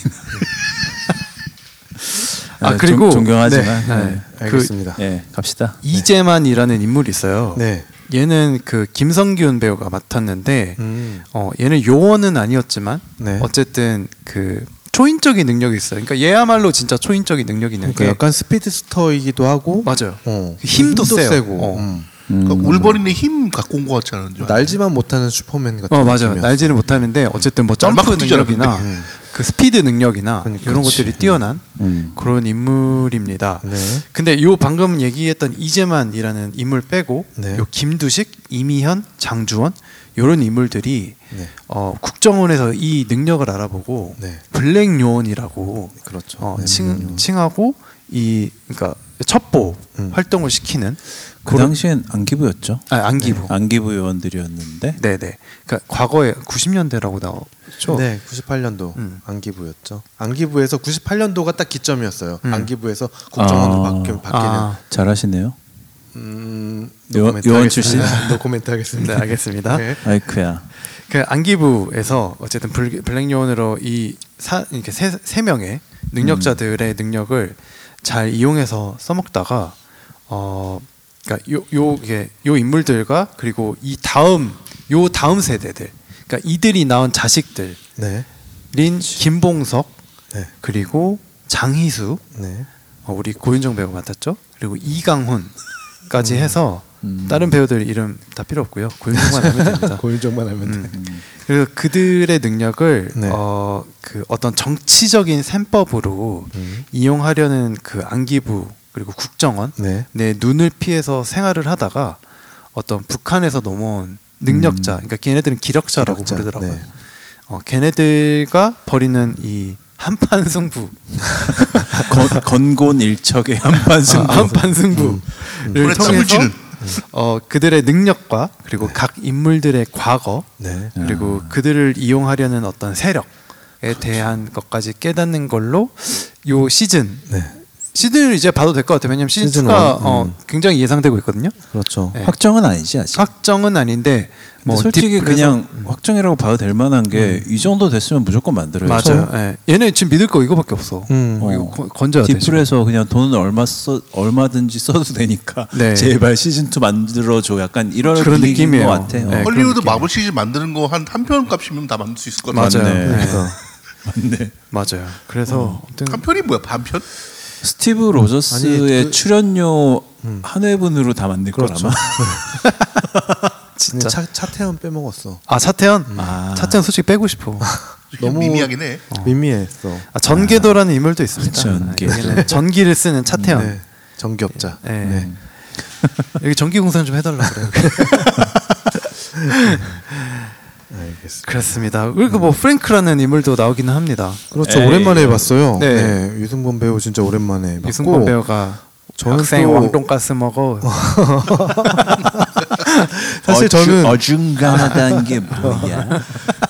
아,
네,
그리고-
존경하지만
네,
네,
네.
알겠습니다.
예, 갑시다.
이재만이라는 인물이 있어요.
네.
얘는 그 김성균 배우가 맡았는데
음.
어, 얘는 요원은 아니었지만
네.
어쨌든 그 초인적인 능력이 있어요. 그러니까 얘야말로 진짜 초인적인 능력이 있는
그러니까
게
약간 스피드스터이기도 하고
예. 맞아요.
어.
힘도 세요.
세고
어.
음.
그러니까 울버린의 힘 갖고 온 것 같지 않은데.
어, 날지만 못하는 슈퍼맨 같은
어 맞아요.
느낌이었어요. 네.
날지는 못하는데 어쨌든 뭐 점프
날만큼 뛰잖아,
능력이나
근데.
그 스피드 능력이나
그러니까,
이런
그치.
것들이 뛰어난
음.
그런 인물입니다.
네.
근데 요 방금 얘기했던 이재만이라는 인물 빼고
네.
요 김두식, 이미현, 장주원 요런 인물들이
네.
어, 국정원에서 이 능력을 알아보고
네.
블랙 요원이라고
그렇죠.
어,
네, 블랙
칭, 칭하고 이 그러니까 첩보
음.
활동을 시키는
그 당시엔 안기부였죠.
아, 안기부.
안기부 요원들이었는데
네네. 그러니까 과거에 90년대라고 나오죠.
네, 98년도
음.
안기부였죠. 안기부에서 98년도가 딱 기점이었어요.
음.
안기부에서 국정원으로
아.
바뀌, 바뀌는
아.
잘하시네요.
음,
요원-
노코멘트
요원
하겠습니다.
출신?
노코멘트 하겠습니다.
네, 알겠습니다.
네.
아이쿠야.
그 안기부에서 어쨌든 블- 블랙 요원으로 이 사, 이렇게 세, 세 명의 능력자들의 능력을 잘 이용해서 써먹다가 어 그러니까 요 요게 요 인물들과 그리고 이 다음 요 다음 세대들 그러니까 이들이 낳은 자식들
네.
린 김봉석
네.
그리고 장희수
네.
어, 우리 고윤정 배우 맡았죠 그리고 이강훈까지 해서 다른 배우들 이름 다 필요 없고요 고윤정만 하면 됩니다
고윤정만 알면
음.
돼.
그래서 그들의 능력을
네.
어, 그 어떤 정치적인 셈법으로 이용하려는 그 안기부 그리고 국정원
네.
내 눈을 피해서 생활을 하다가 어떤 북한에서 넘어온 능력자 그러니까 걔네들은 기력자라고
기력자,
부르더라고요.
네.
어, 걔네들과 벌이는 이 한판 승부,
건, 건곤 일척의 한판 승부.
아, 한판 승부를
손에 땀을
통해서
쥐는.
어, 그들의 능력과 그리고 각 인물들의 과거
네.
그리고 그들을 이용하려는 어떤 세력에 대한 것까지 깨닫는 걸로 요 시즌
네.
시즌을 이제 봐도 될 것 같아요. 왜냐면 시즌
시즌
2가
원,
어, 굉장히 예상되고 있거든요.
그렇죠.
네.
확정은 아니지 아직.
확정은 아닌데
뭐
뭐
솔직히
딥-
그냥 확정이라고 봐도 될 만한 게 이 정도 됐으면 무조건 만들어요.
맞아요. 예. 얘네 지금 믿을 거 이거밖에 없어.
음.
어, 이거
어.
건- 건져야 돼. 지금.
디플에서 그냥 돈은 얼마 써 얼마든지 써도 되니까
네.
제발 시즌 2 만들어줘 약간 이런
그런
분위기인
느낌이에요.
것 같아.
네,
어.
그런
헐리우드
느낌.
마블 시리즈 만드는 거 한 한 편 값이면 다 만들 수 있을 것 같아요.
맞아요.
맞네.
예.
맞네.
맞아요. 그래서 아무튼
한 편이 뭐야? 반 편?
스티브 로저스의
아니, 그-
출연료 한 회분으로 다 만들
그렇죠.
걸 아마.
진짜 차, 차태현 빼먹었어.
아 차태현
아.
차태현 솔직히 빼고 싶어.
너무-
미미하긴 해.
미미했어.
아, 전계도라는 인물도 있습니다.
전계도.
아, 여기는 전기를 쓰는 차태현.
네. 정겹자.
예.
네.
여기 전기 공사는 좀 해달라 그래요.
알겠습니다.
네.
음.
그렇습니다. 그리고 뭐 프랭크라는 인물도 나오기는 합니다.
그렇죠.
에이.
오랜만에 봤어요.
네.
네. 유승범 배우 진짜 오랜만에 봤고.
유승범 배우가
저는
학생
또-
왕돈가스 먹어. 어,
사실 저는
어중간하다는 게 뭐야?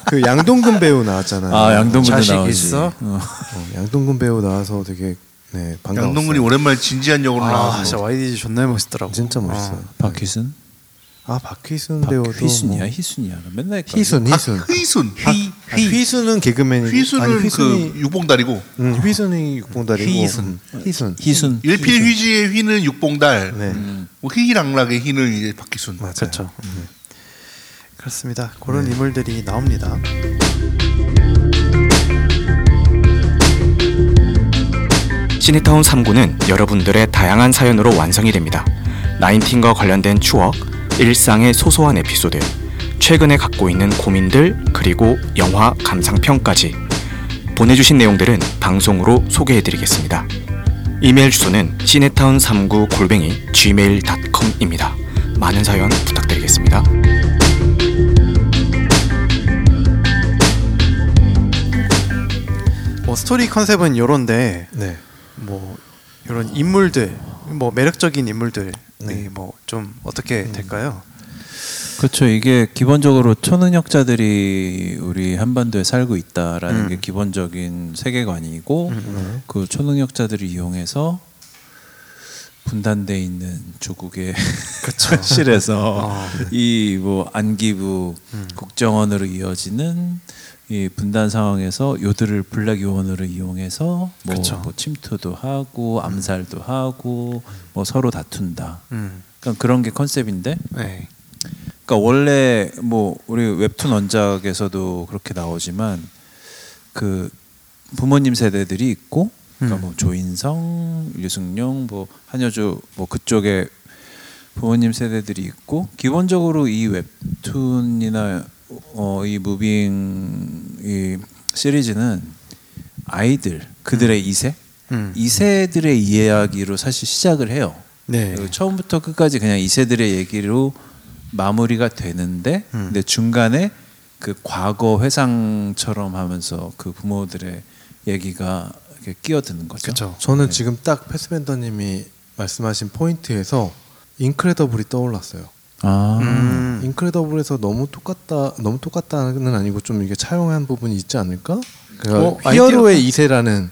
그 양동근 배우 나왔잖아요.
아 양동근
자식
나오지.
있어?
어.
어, 양동근 배우 나와서 되게 네, 반가웠어요.
양동근이 오랜만에 진지한 역으로
아,
나와서
진짜 YDG 존나 멋있더라고.
진짜 멋있어요.
박희순?
아 박희순 배우도
박희순이야
뭐-
희순이야. 맨날 헷갈려.
희순 희순.
아,
아,
휘순.
휘, 휘순은 개그맨이고
휘순은
아니, 휘순이
그 육봉다리고
음, 휘순이 육봉다리고
휘순.
음, 희순
희순.
일필휘지의 휘는 육봉달.
네
뭐 희희락락의 희는 이제 박기순.
맞아요 음. 네.
그렇죠. 그렇습니다. 그런 인물들이 나옵니다.
시네타운 3구는 여러분들의 다양한 사연으로 완성이 됩니다. 나인틴과 관련된 추억, 일상의 소소한 에피소드, 최근에 갖고 있는 고민들, 그리고 영화 감상평까지 보내주신 내용들은 방송으로 소개해드리겠습니다. 이메일 주소는 시네타운 3구 골뱅이 gmail.com입니다. 많은 사연 부탁드리겠습니다.
뭐 스토리 컨셉은 요런데
네
뭐 이런 인물들, 뭐 매력적인 인물들이
네.
뭐 좀 어떻게 될까요?
그렇죠. 이게 기본적으로 초능력자들이 우리 한반도에 살고 있다라는
음.
게 기본적인 세계관이고 그 초능력자들을 이용해서 분단돼 있는 조국의 현실에서
어. 음.
이 뭐 안기부 국정원으로 이어지는 이 분단 상황에서 요들을 블랙 요원으로 이용해서 뭐,
그쵸.
뭐 침투도 하고 암살도 하고 뭐 서로 다툰다.
음,
그러니까 그런 게 컨셉인데
네,
그러니까 원래 뭐 우리 웹툰 원작에서도 그렇게 나오지만 그 부모님 세대들이 있고 그러니까
음.
뭐 조인성, 유승용, 뭐 한여주 뭐 그쪽에 부모님 세대들이 있고 기본적으로 이 웹툰이나 어 이 무빙 이 시리즈는 아이들 그들의 이세
음.
이세들의 이야기로 사실 시작을 해요.
네,
그리고 처음부터 끝까지 그냥 이세들의 얘기로 마무리가 되는데
음.
근데 중간에 그 과거 회상처럼 하면서 그 부모들의 얘기가 이렇게 끼어드는 거죠.
그렇죠.
저는 지금 딱 패스벤더님이 말씀하신 포인트에서 인크레더블이 떠올랐어요
아,
음,
인크레더블에서 너무 똑같다 너무 똑같다는 아니고 좀 이게 차용한 부분이 있지 않을까
어,
그러니까 히어로의 이세라는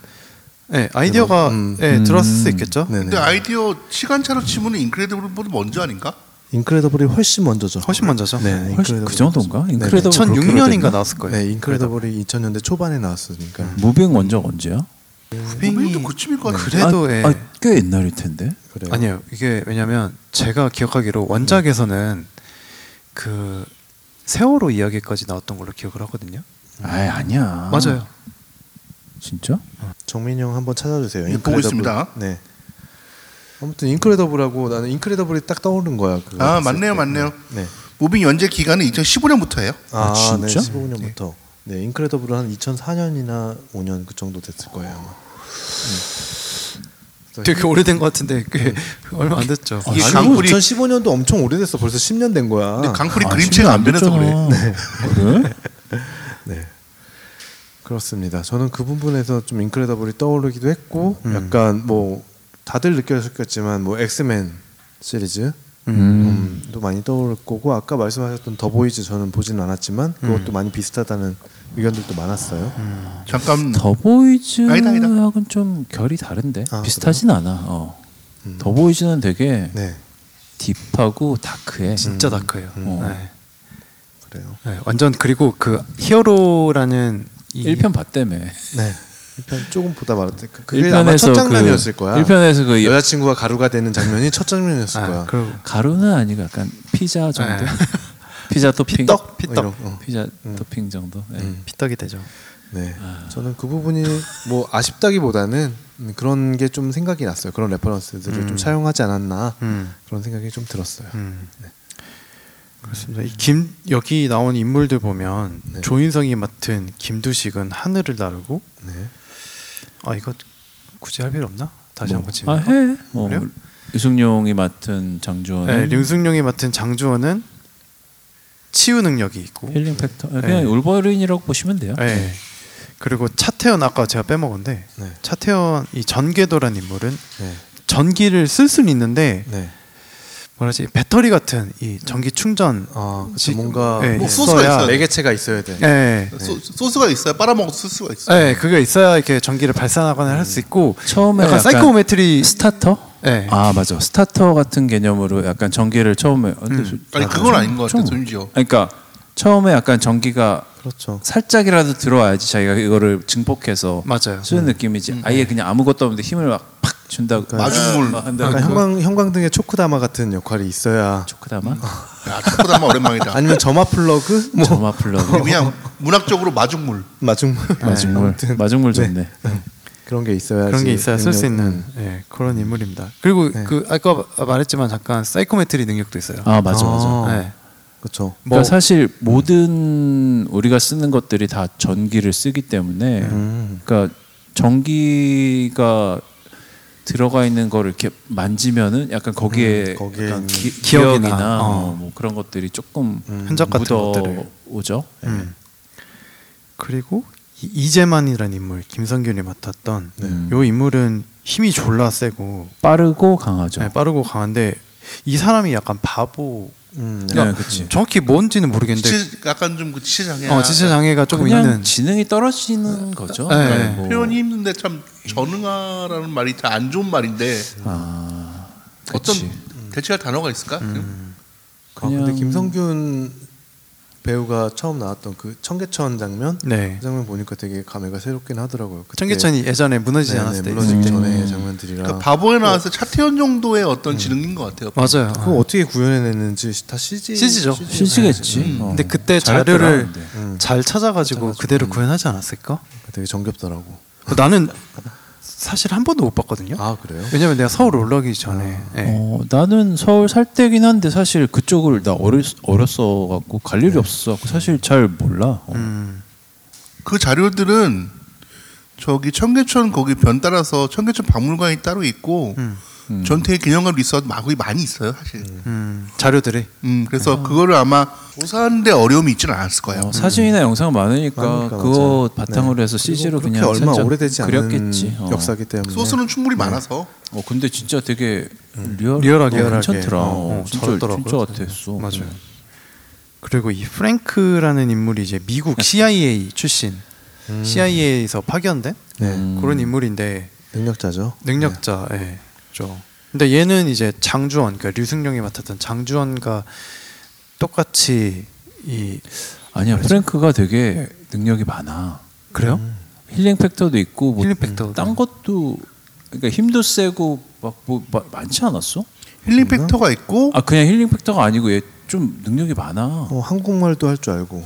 네, 아이디어가
음.
예, 들었을 수
음.
있겠죠.
네네
근데 아이디어 시간차로 치면 인크레디블보다 먼저 아닌가?
인크레더블이 훨씬 먼저죠.
훨씬 먼저죠.
네,
훨씬-
인크레더블
그 정도인가?
네,
인크레더블 그렇게
2006년인가
오래됐나?
나왔을 거예요.
네, 인크레더블이 2000년대 초반에 나왔으니까.
음.
무빙 원작 언제야?
후빙이
무빙도 그쯤일 것 같은데.
그래도
아,
예.
아, 꽤 옛날일 텐데.
그래요.
아니에요. 이게 왜냐면 제가 기억하기로 원작에서는 그 세월호 이야기까지 나왔던 걸로 기억을 하거든요.
아 아니야.
맞아요.
진짜?
정민이 형 한번 찾아주세요.
예, 보고
인크레더블.
있습니다.
네. 아무튼 인크레더블하고 나는 인크레더블이 딱 떠오른 거야. 그거
아
했을
맞네요,
때.
맞네요.
네.
무빙 연재 기간은 2015년부터예요.
아,
진짜?
네, 15년부터. 네, 인크레더블은 한 2004년이나 5년 그 정도 됐을 거예요. 아마.
되게 오래된 것 같은데 꽤 얼마 안 됐죠.
이게
네. 아니,
강풀이
2015년도 엄청 오래됐어. 벌써 10년 된 거야.
근데 강풀이
아,
그림체가 안 변해서 그래.
됐잖아. 그래?
네. 그렇습니다. 저는 그 부분에서 좀 인크레더블이 떠오르기도 했고
음.
약간 뭐 다들 느껴졌겠지만 뭐 엑스맨 시리즈 음, 도 많이 떠오를 거고 아까 말씀하셨던 더 보이즈 저는 보진 않았지만
음.
그것도 많이 비슷하다는 의견들도 많았어요.
잠깐 음. 아니다, 아니다.
더보이즈하고는 좀 결이 다른데
아,
비슷하진 않아. 어. 더보이즈는 되게
네.
딥하고 다크해.
진짜 다크예요.
어.
네.
그래요.
네, 완전 그리고 그 히어로라는 이
1편 봤다며.
네. 1편 조금 보다 말았대. 그게 아마 첫
1편에서
장면이었을 거야.
1편에서 그
여자친구가 가루가 되는 장면이 첫 장면이었을
아,
거야.
그리고
가루는 아니고 약간 피자 정도.
네.
피자 토핑.
피떡, 음.
뭐
피떡.
이런, 음. 어.
피자 토핑 정도. 네.
피떡이 되죠.
네.
아.
저는 그 부분이 뭐 아쉽다기보다는 음, 그런 게 좀 생각이 났어요. 그런 레퍼런스들을 좀 사용하지 않았나
음.
그런 생각이 좀 들었어요. 네.
그렇습니다. 이 김 여기 나온 인물들 보면
네.
조인성이 맡은 김두식은 하늘을 나르고
네.
아 이거 굳이 할 필요 없나? 다시 한번
아
짚을까?
해. 뭐
그래요?
유승용이 맡은 장주원.
네, 류승룡이 맡은 장주원은 치유 능력이 있고
예.
힐링 팩터.
네.
아, 그냥 울버린이라고 보시면 돼요.
네. 그리고 차태현 아까 제가 빼먹었는데
네.
차태현 이 전개도란 인물은
네.
전기를 쓸 수는 있는데
네.
뭐라지 배터리 같은 이 전기 충전
아, 그쵸.
지-
뭔가
예,
뭐 소스가
있어야
있어야 돼.
매개체가 있어야 돼.
예, 예.
소, 소스가 있어요. 빨아먹을 소스가 있어요.
예, 그게 있어야 이렇게 전기를 발산하거나 할 수 있고
처음에
약간
약간
사이코메트리
스타터?
네.
아 맞아. 스타터 같은 개념으로 약간 전기를 처음에. 어, 근데 저-
아니 그건 아닌 것 같아, 손지호.
아니, 그러니까 처음에 약간 전기가
그렇죠.
살짝이라도 들어와야지 자기가 이거를 증폭해서
맞아요.
쓰는 느낌이지. 아예 그냥 아무것도 없는데 힘을 막 팍 준다. 고
마중물.
약간 형광 형광등의 초크다마 같은 역할이 있어야
초크다마.
야, 초코다마 오랜만이다.
아니면 점화 플러그 뭐
점화 플러그.
그냥 문학적으로 마중물.
마중물
네. 마중물.
아무튼
마중물 좋네.
그런 게 있어야
그런 게 있어야 쓸 수 있는 예, 그런 인물입니다. 그리고 그 아까 말했지만 잠깐 사이코메트리 능력도 있어요.
아 맞아 맞아.
예.
그렇죠.
뭐-
그러니까 사실 모든 우리가 쓰는 것들이 다 전기를 쓰기 때문에 그러니까 전기가 들어가 있는 거를 이렇게 만지면은 약간 거기에,
음, 거기에
약간
있는
기,
기억이나,
기억이나,
어.
뭐 그런 것들이 조금
흔적 같은 것들을.
오죠.
그리고 이- 이재만이라는 인물 김성균이 맡았던 요 인물은 힘이 졸라 세고
빠르고 강하죠.
예, 빠르고 강한데 이 사람이 약간 바보 그러니까
음,
네, 그치.
정확히 뭔지는 모르겠는데
지체, 약간 좀그 지체장애.
어, 지체 장애가 조금
그냥
있는
지능이 떨어지는 거죠.
네.
그러니까 뭐-
표현이 힘든데 참 전응아라는 말이 다 안 좋은 말인데
아,
어떤 네. 음.
그치. 음.
대체할 단어가 있을까?
아, 근데
그냥-
김성균 배우가 처음 나왔던 그 청계천 장면
네.
그 장면 보니까 되게 감회가 새롭긴 하더라고요. 그때-
청계천이 예전에 무너지지
네, 네,
않았을 때
물론
있을 때.
전에 장면들이라
그러니까
어.
바보에 나와서 차태현 정도의
음.
어떤 지능인 것 같아요.
맞아요.
그거 어떻게 구현해냈는지 다 CG
CG죠.
시시겠지. 어.
근데 그때
잘했더라,
자료를
근데.
잘 찾아가지고 그대로 구현하지 않았을까? 어,
되게 정겹더라고.
나는 사실 한 번도 못 봤거든요.
아 그래요?
왜냐면 내가 서울 올라오기 전에 예.
어, 나는 서울 살 때긴 한데 사실 그쪽을 나 어렸 어렸어 갖고 갈 일이 없어 갖고 사실 잘 몰라. 어.
그 자료들은 저기 청계천 거기 변 따라서 청계천 박물관이 따로 있고
음.
음. 전태의 기념관 리서트 막 거기 많이 있어요 사실. 음,
음, 자료들이
그래서 그거를 아마 조사하는데 어려움이 있지는 않았을 거예요.
음. 어, 사진이나 영상 많으니까 네.
많으니까,
그거
맞아요.
바탕으로 해서 CG로
그렇게
그냥
얼마
살짝
오래되지 않은
그렸겠지. 어.
역사기 때문에
소스는 충분히 많아서
어 근데 진짜 되게 리얼
리얼하게.
어, 괜찮더라.
어,
어,
어,
진짜
잘했더라고요.
진짜 같았어.
맞아요. 그리고 이 프랭크라는 인물이 이제 미국 CIA 출신 음. CIA에서 파견된
네.
음. 그런 인물인데
능력자죠.
네.
네.
능력자 예. 죠 근데 얘는 이제 장주원, 그러니까 류승룡이 맡았던 장주원과 똑같이 이
아니야 프랭크가 되게 능력이 많아. 음.
그래요?
힐링 팩터도 있고 뭐
힐링 팩터도.
딴 것도 그러니까 힘도 세고 막뭐 많지 않았어?
힐링 팩터가 있고
네. 아 그냥 힐링 팩터가 아니고 얘 좀 능력이 많아.
어, 한국말도 할 줄 알고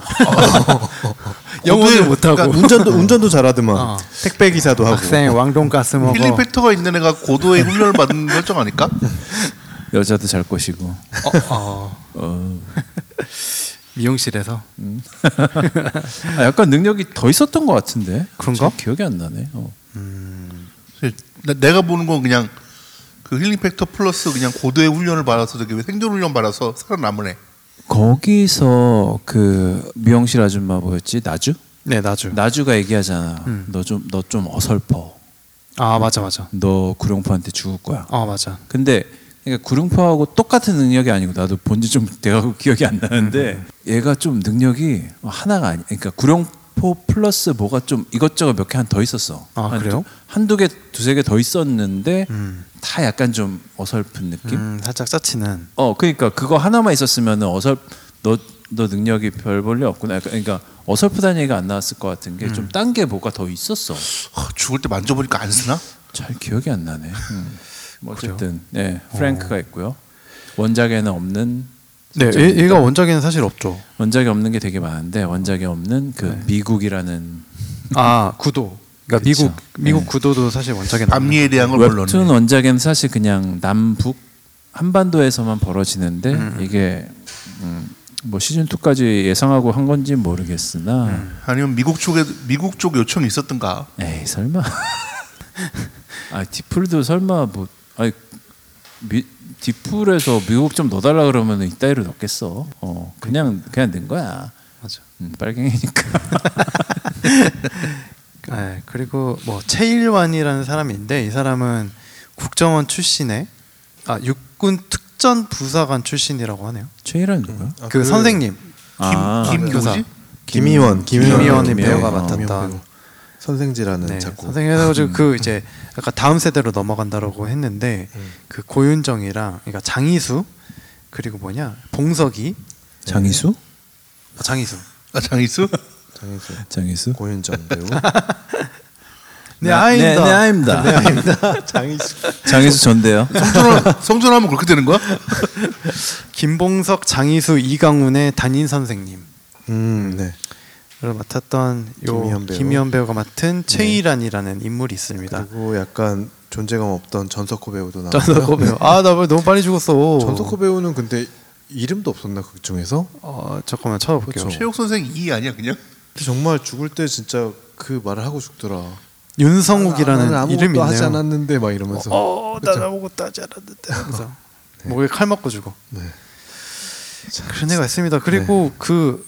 영어를
고도의-
못하고
그러니까 운전도 운전도 잘하더만
어.
택배 기사도 하고
학생 왕돈 가스 먹어.
힐링 팩터가 있는 애가 고도의 훈련을 받은 결정 아닐까?
여자도 잘 꼬시고.
어, 어.
어.
미용실에서
아, 약간 능력이 더 있었던 것 같은데.
그런가?
잘 기억이 안 나네. 어.
나- 내가 보는 건 그냥 그 힐링 팩터 플러스 그냥 고도의 훈련을 받아서 저기 왜 생존 훈련 받아서 살아남은 애.
거기서 그 미용실 아줌마 뭐였지? 나주? 음.
네 나주.
나주가 얘기하잖아. 너 좀 너 좀 어설퍼.
아 맞아 맞아.
너 구룡포한테 죽을 거야.
아 맞아.
근데 그러니까 구릉파하고 똑같은 능력이 아니고 나도 본지 좀 돼가고 기억이 안 나는데
음.
얘가 좀 능력이 하나가 아니 그러니까 구룡포 플러스 뭐가 좀 이것저것 몇 개 한 더 있었어.
아,
한
그래요?
두- 한두 개 두세 개 더 있었는데 다 약간 좀 어설픈 느낌?
음, 살짝 짜치는.
어 그러니까 그거 하나만 있었으면 어설 너 너 능력이 별 볼일 없구나. 그러니까 어설프다는 얘기가 안 나왔을 것 같은
음.
게 좀 딴 게 뭐가 더 있었어.
허, 죽을 때 만져보니까 안 쓰나?
잘 기억이 안 나네. 음. 뭐 어쨌든 네, 프랭크가 있고요. 원작에는 없는
네,
진짜
얘, 얘가 원작에는 사실 없죠.
원작에 없는 게 되게 많은데 원작에 없는 그
네.
미국이라는
아 구도. 그러니까
그쵸.
미국 미국 구도도 사실 원작에는
앞니에 대한 걸
웹툰
물론.
원작에는 사실 그냥 남북 한반도에서만 벌어지는데
음,
이게 음, 뭐 시즌 2까지 예상하고 한 건지 모르겠으나
아니면 미국 쪽에 미국 쪽 요청이 있었던가?
에이 설마 아 디플도 설마 뭐 아니 미, 디플에서 미국 좀 넣어달라 그러면 이따위로 넣겠어 어 그냥 그냥 넣은 거야
맞아.
음, 빨갱이니까
네, 그리고 뭐 체일완이라는 사람인데 이 사람은 국정원 출신에 아 육군 특전 부사관 출신이라고 하네요.
최일환 누구야
아,
그, 선생님 그
아,
김
교사.
누구지?
김희원
김희원이 배우가
어,
맡았던
김희원 배우. 선생지라는
네,
작곡
선생님에서 지그 이제 약간 다음 세대로 넘어간다라고 했는데 그 고윤정이랑 그러니까 장희수 그리고 뭐냐 봉석이
네. 장희수
어, 장희수
아 장희수?
장혜수
장희수
고현정 배우
네 아입니다.
네, 네 아입니다
장희수
장희수 전데요
성전하- 성전하면 그렇게 되는 거야?
김봉석, 장희수, 이강훈의 담임 선생님.
음네
를 맡았던 요
김희연
김희연,
배우. 네.
배우가 맡은 최이란이라는 인물이 있습니다.
그리고 약간 존재감 없던 전석호 배우도 나왔고요
전석호 배우. 아나 왜 너무 빨리 죽었어.
전석호 배우는 근데 이름도 없었나 극 중에서
어 잠깐만 찾아볼게요.
그렇죠.
최욱 선생 이 아니야 그냥?
근데 정말 죽을 때 진짜 그 말을 하고 죽더라
윤성욱이라는
나는 아무것도
이름이
하지
있네요.
않았는데 막 이러면서
어나 아무것도 하지 않았는데. 그래서 목에 칼 맞고 죽어.
네.
그런 애가 있습니다. 그리고 그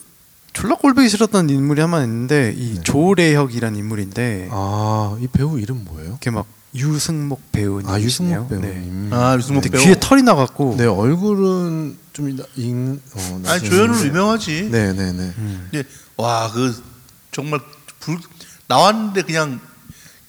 졸라 꼴보기 싫었던 인물이 한명 있는데 이 조래혁이라는 인물인데
네. 아이 배우 이름 뭐예요?
이렇게 막 유승목 배우님. 네.
아 유승목 배우님.
아 유승모
근데
배우.
귀에 털이 나갖고
네 얼굴은 좀 인. 인 어,
아니 조연으로 유명하지.
네네네.
근데 와그 정말 불 나왔는데 그냥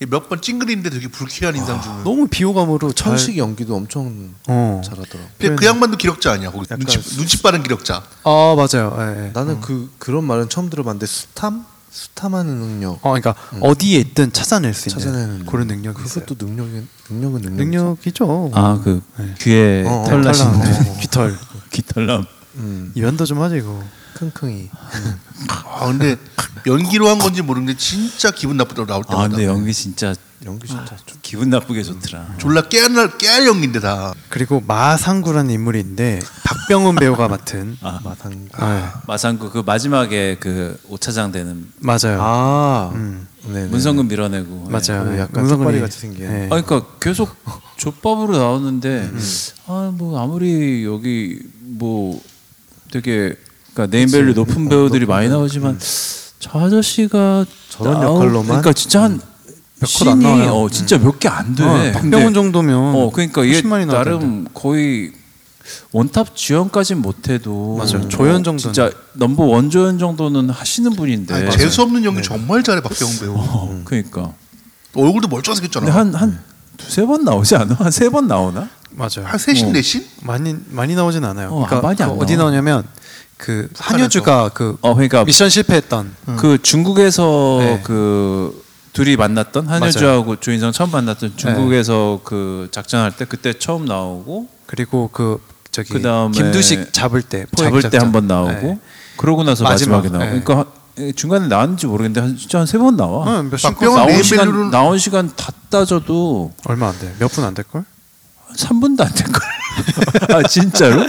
몇 번 찡그리는데 되게 불쾌한 인상 주는.
너무 비호감으로 잘.
천식 연기도 엄청
어.
잘하더라. 고
근데 그 양반도 기록자 아니야? 거기 눈치 눈치 빠른 기록자.
아 맞아요. 예, 예.
나는 그 그런 말은 처음 들어봤는데 수탐 수탐하는 능력
어, 그러니까 어디에 있든 찾아낼 수 있는
찾아내는
그런 능력이 있어요.
그것도 능력인 능력은 능력.
능력이죠. 어,
아그 귀에
어, 어,
털 나신
탈락.
분.
어, 귀털.
귀털남
음.
이변도 좀 하지 이거.
킁킁이.
아 근데 연기로 한 건지 모르는데 진짜 기분 나쁘다고 나올 때마다.
아 근데 연기 진짜
연기 진짜 좋-
기분 나쁘게 좋더라
졸라 깨알 깨알 연기인데 다.
그리고 마상구라는 인물인데 박병훈 배우가 맡은. 아,
마상.
마상구 그 마지막에 그 오차장 되는
네, 맞아요.
아. 네.
문성근 밀어내고 예.
맞아요.
그
예.
약간
문성근이-
족발이 같이 생긴.
예.
아, 그러니까 계속 족밥으로 나오는데
음.
아 뭐 아무리 여기 뭐 되게 그러니까 네임밸류
어,
높은 배우들이 많이 나오지만
음.
저 아저씨가
저런 역할로만?
그러니까 진짜 한
음. 컷안
신이
나와요.
어 진짜 몇 개 안 돼.
어,
근데-
박병훈 정도면
어 그러니까 이게
80만이 나왔던데.
나름 거의 원탑 주연까진 못해도
맞아요.
어,
조연 정도는.
진짜 넘버 원 조연 정도는 하시는 분인데
아니, 재수 없는 연기 정말 잘해 박병훈 배우.
네,
음.
어, 그러니까
얼굴도 멀쩡하게
근데
생겼잖아.
네.
한 한 두세 번 나오지 않아? 한 세 번 나오나?
맞아요.
한 3신,
어.
4신?
많이 많이 나오진 않아요.
어,
그러니까
많이 안
그 어디
나와.
나오냐면 그 한효주가 그
어, 그러니까
미션 실패했던
그 중국에서
음. 네.
그 둘이 만났던 한효주하고 조인성 처음 만났던 중국에서 그 작전할 때 그때 처음 나오고
그리고 그 저기
그다음에
김두식 잡을 때 포획
잡을 때
작전.
한 번 나오고
네.
그러고 나서 마지막, 에
마지막,
나오고
네.
그러니까 한- 중간에 나왔는지 모르겠는데 한, 진짜 한 세 번 나와.
응, 몇 신-
박병원
나온
메인
시간
밸류는
나온 시간 다 따져도
얼마 안 돼. 몇 분 안 될 걸?
3분도 안 될 거야. 아 진짜로?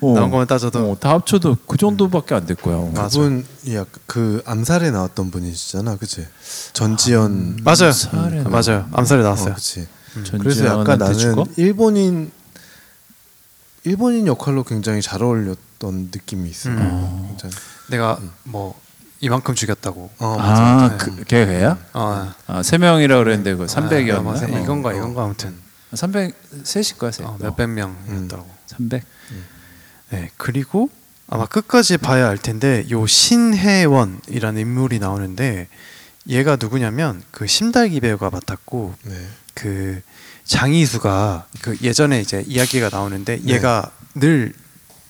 어.
나온 것만 따져도.
어, 다 합쳐도 그 정도밖에 안 될 거야. 어.
맞아.
그분 예, 이그 암살에 나왔던 분이시잖아, 그치? 전지현.
맞아요.
암살에
음, 맞아요. 암살에 나왔어요.
어, 그치.
전지현한테
그래서 약간 나는
죽어?
일본인 일본인 역할로 굉장히 잘 어울렸던 느낌이 있어요.
음.
굉장히.
내가
음.
뭐 이만큼 죽였다고.
어, 맞아.
아, 그, 걔 왜야?
어.
아, 세 명이라 그랬는데 그
아, 뭐
300이었나? 어,
이건가 이건가 아무튼
300 셋일 거야, 셋.
어,
어,
몇백 명이었다고.
300.
네, 그리고 아마 끝까지 봐야 알 텐데 요 신혜원이라는 인물이 나오는데 얘가 누구냐면 그 심달기 배우가 맡았고
네.
그 장이수가 그 예전에 이제 이야기가 나오는데
네.
얘가 늘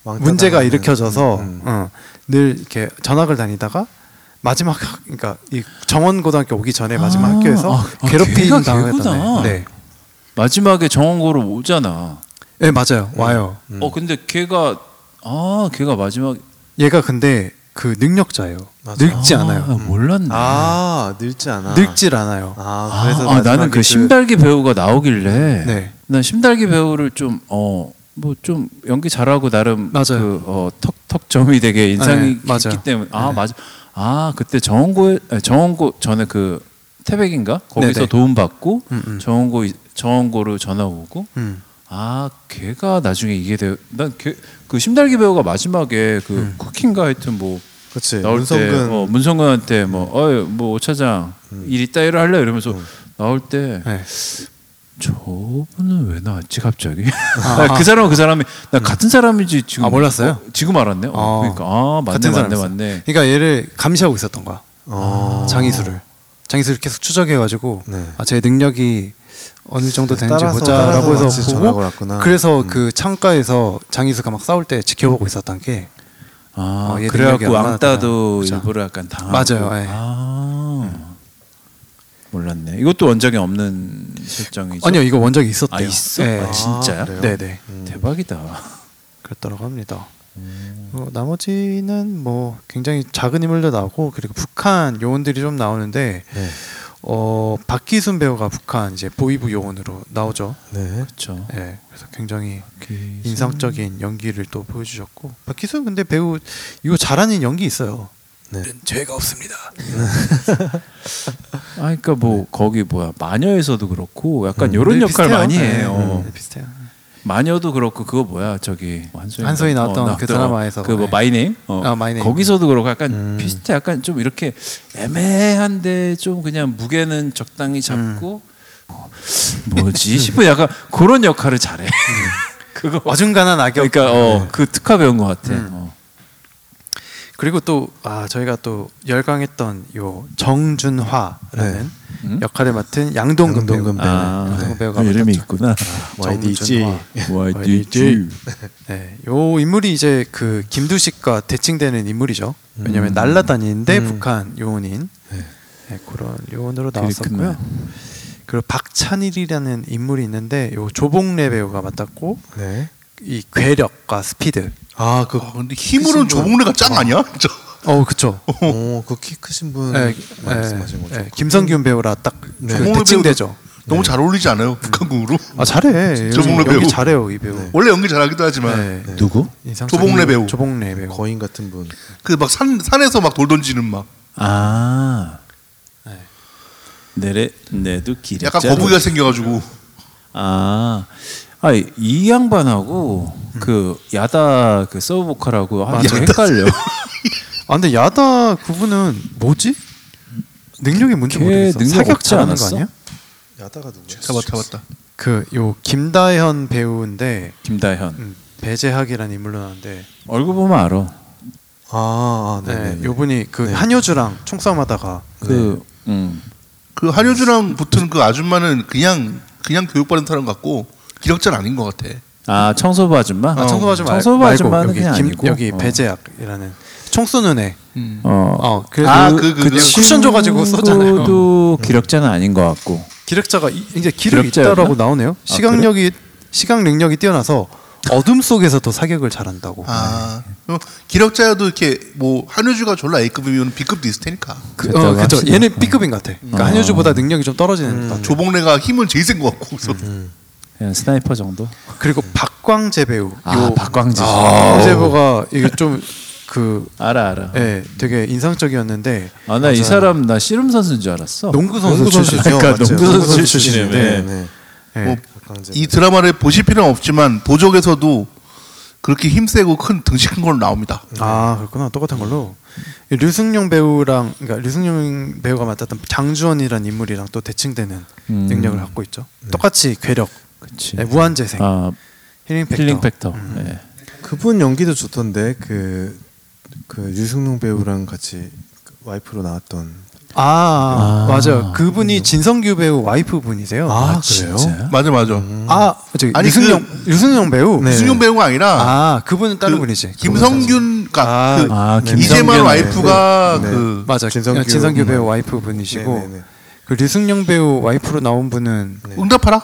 왕따
문제가
당하는,
일으켜져서
음, 음.
어, 늘 이렇게 전학을 다니다가 마지막 학, 그러니까 이 정원고등학교 오기 전에 마지막
아,
학교에서
아, 아, 걔가
괴롭힘 당했다.
걔구나.
네.
마지막에 정원고로 오잖아.
네, 맞아요. 와요.
어, 근데 걔가 아, 걔가 마지막
얘가 근데 그 능력자예요.
맞아. 뭐.
늙지
아,
않아요.
몰랐네.
아 늙지 않아.
늙질 않아요.
아
아,
그래서
아, 나는
마지막에
그 심달기 배우가 나오길래
네.
난 심달기 배우를 좀 어. 뭐 좀 연기 잘하고 나름 그,
맞아요.
그어턱 턱점이 되게 인상이
네, 맞아요.
깊기 때문에 아 맞아 아 그때 정원고 정원고 전에 그 태백인가 거기서
네, 네.
도움 받고
음, 음.
정원고 정원고로 전화 오고
음.
아 걔가 나중에 이게 돼난그 심달기 배우가 마지막에 그
음.
쿠킹가 하여튼 뭐
그치
네,
나올 때
문성근
어, 문성근한테
음.
뭐 어이 뭐오 차장 일 이따위로 할래 이러면서 나올 때
네.
저분은 왜 나왔지 갑자기 아, 그 사람은 그 사람이 나 같은 사람인지 지금
음. 아, 몰랐어요?
어, 지금 알았네 어,
어.
그러니까 아 맞네
같은
맞네
사람이었어.
맞네
그러니까 얘를 감시하고 있었던 거야.
어,
아. 장이수를. 장이수를 계속 추적해가지고
네.
아, 제 능력이 어느 정도 되는지
따라서,
보자라고
따라서
해서
같이
보고
전학을 왔구나.
그래서 그 창가에서 장이수가 막 싸울 때 지켜보고 있었던 게
아
어, 얘 능력이
그래갖고
얼마나
왕따도
되나. 그죠.
일부러 약간 당하고
맞아요, 예.
아 몰랐네 이것도 원작에 없는 설정이죠
아니요 이거 원작이 있었대요.
아 있어
네.
아, 진짜야
그래요?
네네.
대박이다
음, 그랬다고 합니다.
음.
어, 나머지는 뭐 굉장히 작은 인물도 나오고 그리고 북한 요원들이 좀 나오는데
네.
어 박기순 배우가 북한 이제 보이브 요원으로 나오죠.
네.
그렇죠
예. 그래서 굉장히 인상적인 연기를 또 보여주셨고 박기순 근데 배우 이거 잘하는 연기 있어요.
네.
죄가 없습니다.
아, 그러니까 뭐 거기 뭐야 마녀에서도 그렇고 약간 요런
네,
역할
비슷해요.
많이
네,
해요. 어.
네, 비슷해요.
마녀도 그렇고 그거 뭐야 저기 한소희,
한소희 나왔던 그 드라마에서.
그뭐
네.
마이네임 어.
아, 마이네임. 음.
거기서도 그렇고 약간 비슷해 약간 좀 이렇게 애매한데 좀 그냥 무게는 적당히 잡고
음.
어, 뭐지 싶은 약간 그런 역할을 잘해. 그거
어중간한 악역.
그러니까 어,
네.
그 특화 배운 것 같아.
음.
어.
그리고 또 아, 저희가 또 열광했던 요
네.
정준화라는
음?
역할을 맡은 양동근, 배우.
양동근 배우.
양동근 네. 배우가
그 이름이
맡았죠. 네.
뭐 있구나.
YDG.
정준화.
YDG.
네, 요 인물이 이제 그 김두식과 대칭되는 인물이죠. 왜냐하면 날라다니는데 북한 요원인 음. 네, 그런 요원으로 나왔었고요. 그리고 박찬일이라는 인물이 있는데 요 조봉래 배우가 맡았고
네.
이 괴력과 스피드.
아그
아, 근데 힘으로는 조봉래가 짱 아니야? 진짜.
어, 그쵸.
어, 그 키 크신 분
네,
말씀하신 거죠.
네, 김성균 배우라 딱
조봉래
그 대칭되죠.
배우도 너무 잘 어울리지 않아요? 북한국으로?
아 잘해.
조봉래
연기
배우.
잘해요 이 배우.
원래 연기 잘하기도 하지만
네.
누구?
인상적인
조봉래 배우.
조봉래 배우.
거인 같은 분.
그 막 산 산에서 막 돌 던지는 막
아.
네.
내래 내도 길이
약간 거북이가 생겨가지고
아. 아, 이- 이 양반하고 그 야다 그 서브 보컬하고 아, 이거 헷갈려.
아 근데 야다 그분은 뭐지? 능력이 뭔지
걔
모르겠어.
능력
사격
없지
잘하는 거
않았어?
아니야?
야다가 누구야?
잡았 잡았다.
그 요 김다현 배우인데
김다현.
음, 배재학이라는 인물로 나왔는데
얼굴 보면 알아.
아, 아
네,
네, 네.
요분이 그 한효주랑 총싸움하다가
그
네.
음.
그 한효주랑 붙은 그 아줌마는 그냥 그냥 교육받은 사람 같고 기력자는 아닌 것 같아.
아 청소부 아줌마?
아, 청소부 아줌마 말-
청소부
말고
아줌마는
여기
그냥
김-
아니고
여기
어.
배제학이라는 총쏘는 애.
어.
어, 그래서
아,
그,
그- 그- 그
쿠션 줘가지고 썼잖아요.
친구도 기력자는 아닌 것 같고
기력자가 이- 이제 기력
기력자였나? 아,
있다라고 나오네요. 시각력이 시각 능력이 뛰어나서 어둠 속에서도 사격을 잘한다고.
아, 그럼 기력자여도 이렇게 뭐 한효주가 졸라 A급이면 B급도 있을 테니까.
그,
그랬다고
어,
음.
그죠.
합시다.
얘는 B급인 것 같아. 그러니까 한효주보다 능력이 좀 떨어지는
음.
것 같아.
조봉래가 힘은 제일 센 것 같고. 그래서
그냥 스나이퍼 정도.
그리고 박광재 배우.
네. 아,
요
박광재.
박광재 배우가 이게 좀그
알아 알아.
예, 되게 인상적이었는데
아 나 이 사람 나 씨름 선수인 줄 알았어.
농구 선수
농구
출신.
선수죠.
그러니까
맞죠.
농구
농구
선수
선수
출신인데
네.
예.
뭐 이 드라마를 보실 필요는 없지만 도적에서도 그렇게 힘세고 큰 등치 큰 걸로 나옵니다.
아 그렇구나 똑같은 걸로 이 류승룡 배우랑 그러니까 류승룡 배우가 맡았던 장주원이라는 인물이랑 또 대칭되는
음.
능력을 갖고 있죠. 똑같이 괴력,
그치.
네, 무한재생,
아
힐링 팩터. 음.
필링 팩터. 예.
그분 연기도 좋던데 그, 그 유승룡 배우랑 같이 그 와이프로 나왔던
아, 맞아요. 그분이 진성규 배우 와이프 분이세요. 아,
진짜?
맞아 맞아.
아 저기
아니,
류승룡 류승룡 배우.
네. 승용 음. 배우가 아니라
아 그분은 다른
그
분이지.
김성균 가
아,
그
아,
이재만
김성균.
와이프가
네.
그
맞아. 진성규,
진성규.
진성규 배우
음.
와이프 분이시고
네, 네, 네.
그 류승룡 배우 와이프로 나온 분은
네. 응답하라.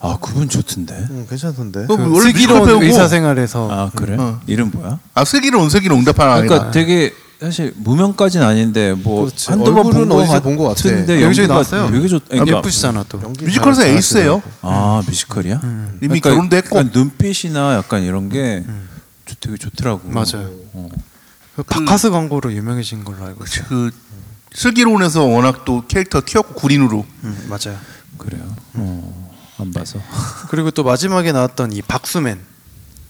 아 그분 좋던데.
음, 괜찮던데
그
그
원래 뮤지컬
슬기로운
배우고
의사생활에서
아 그래?
어.
이름 뭐야?
아 슬기로 온슬기로 응답하라.
그러니까
아니라.
되게 사실 무명까지는 아닌데 뭐
그렇지.
한두 번
얼굴은
본것
어디서 본것 같아.
같은데
여기저기
연기가
나왔어요.
되게 좋. 그러니까
예쁘시잖아 또.
연기
뮤지컬에서
잘-
에이스예요.
아 뮤지컬이야?
음. 이미
그러니까
결혼도 했고.
약간 눈빛이나 약간 이런 게 좋- 되게 좋더라고.
맞아요.
어.
그 바카스 광고로 유명해진 걸로 알고 있어요.
그 슬기로운에서 워낙 또 캐릭터 튀었고 구린으로
음, 맞아요.
그래요. 어, 안 봐서.
그리고 또 마지막에 나왔던 이 박수맨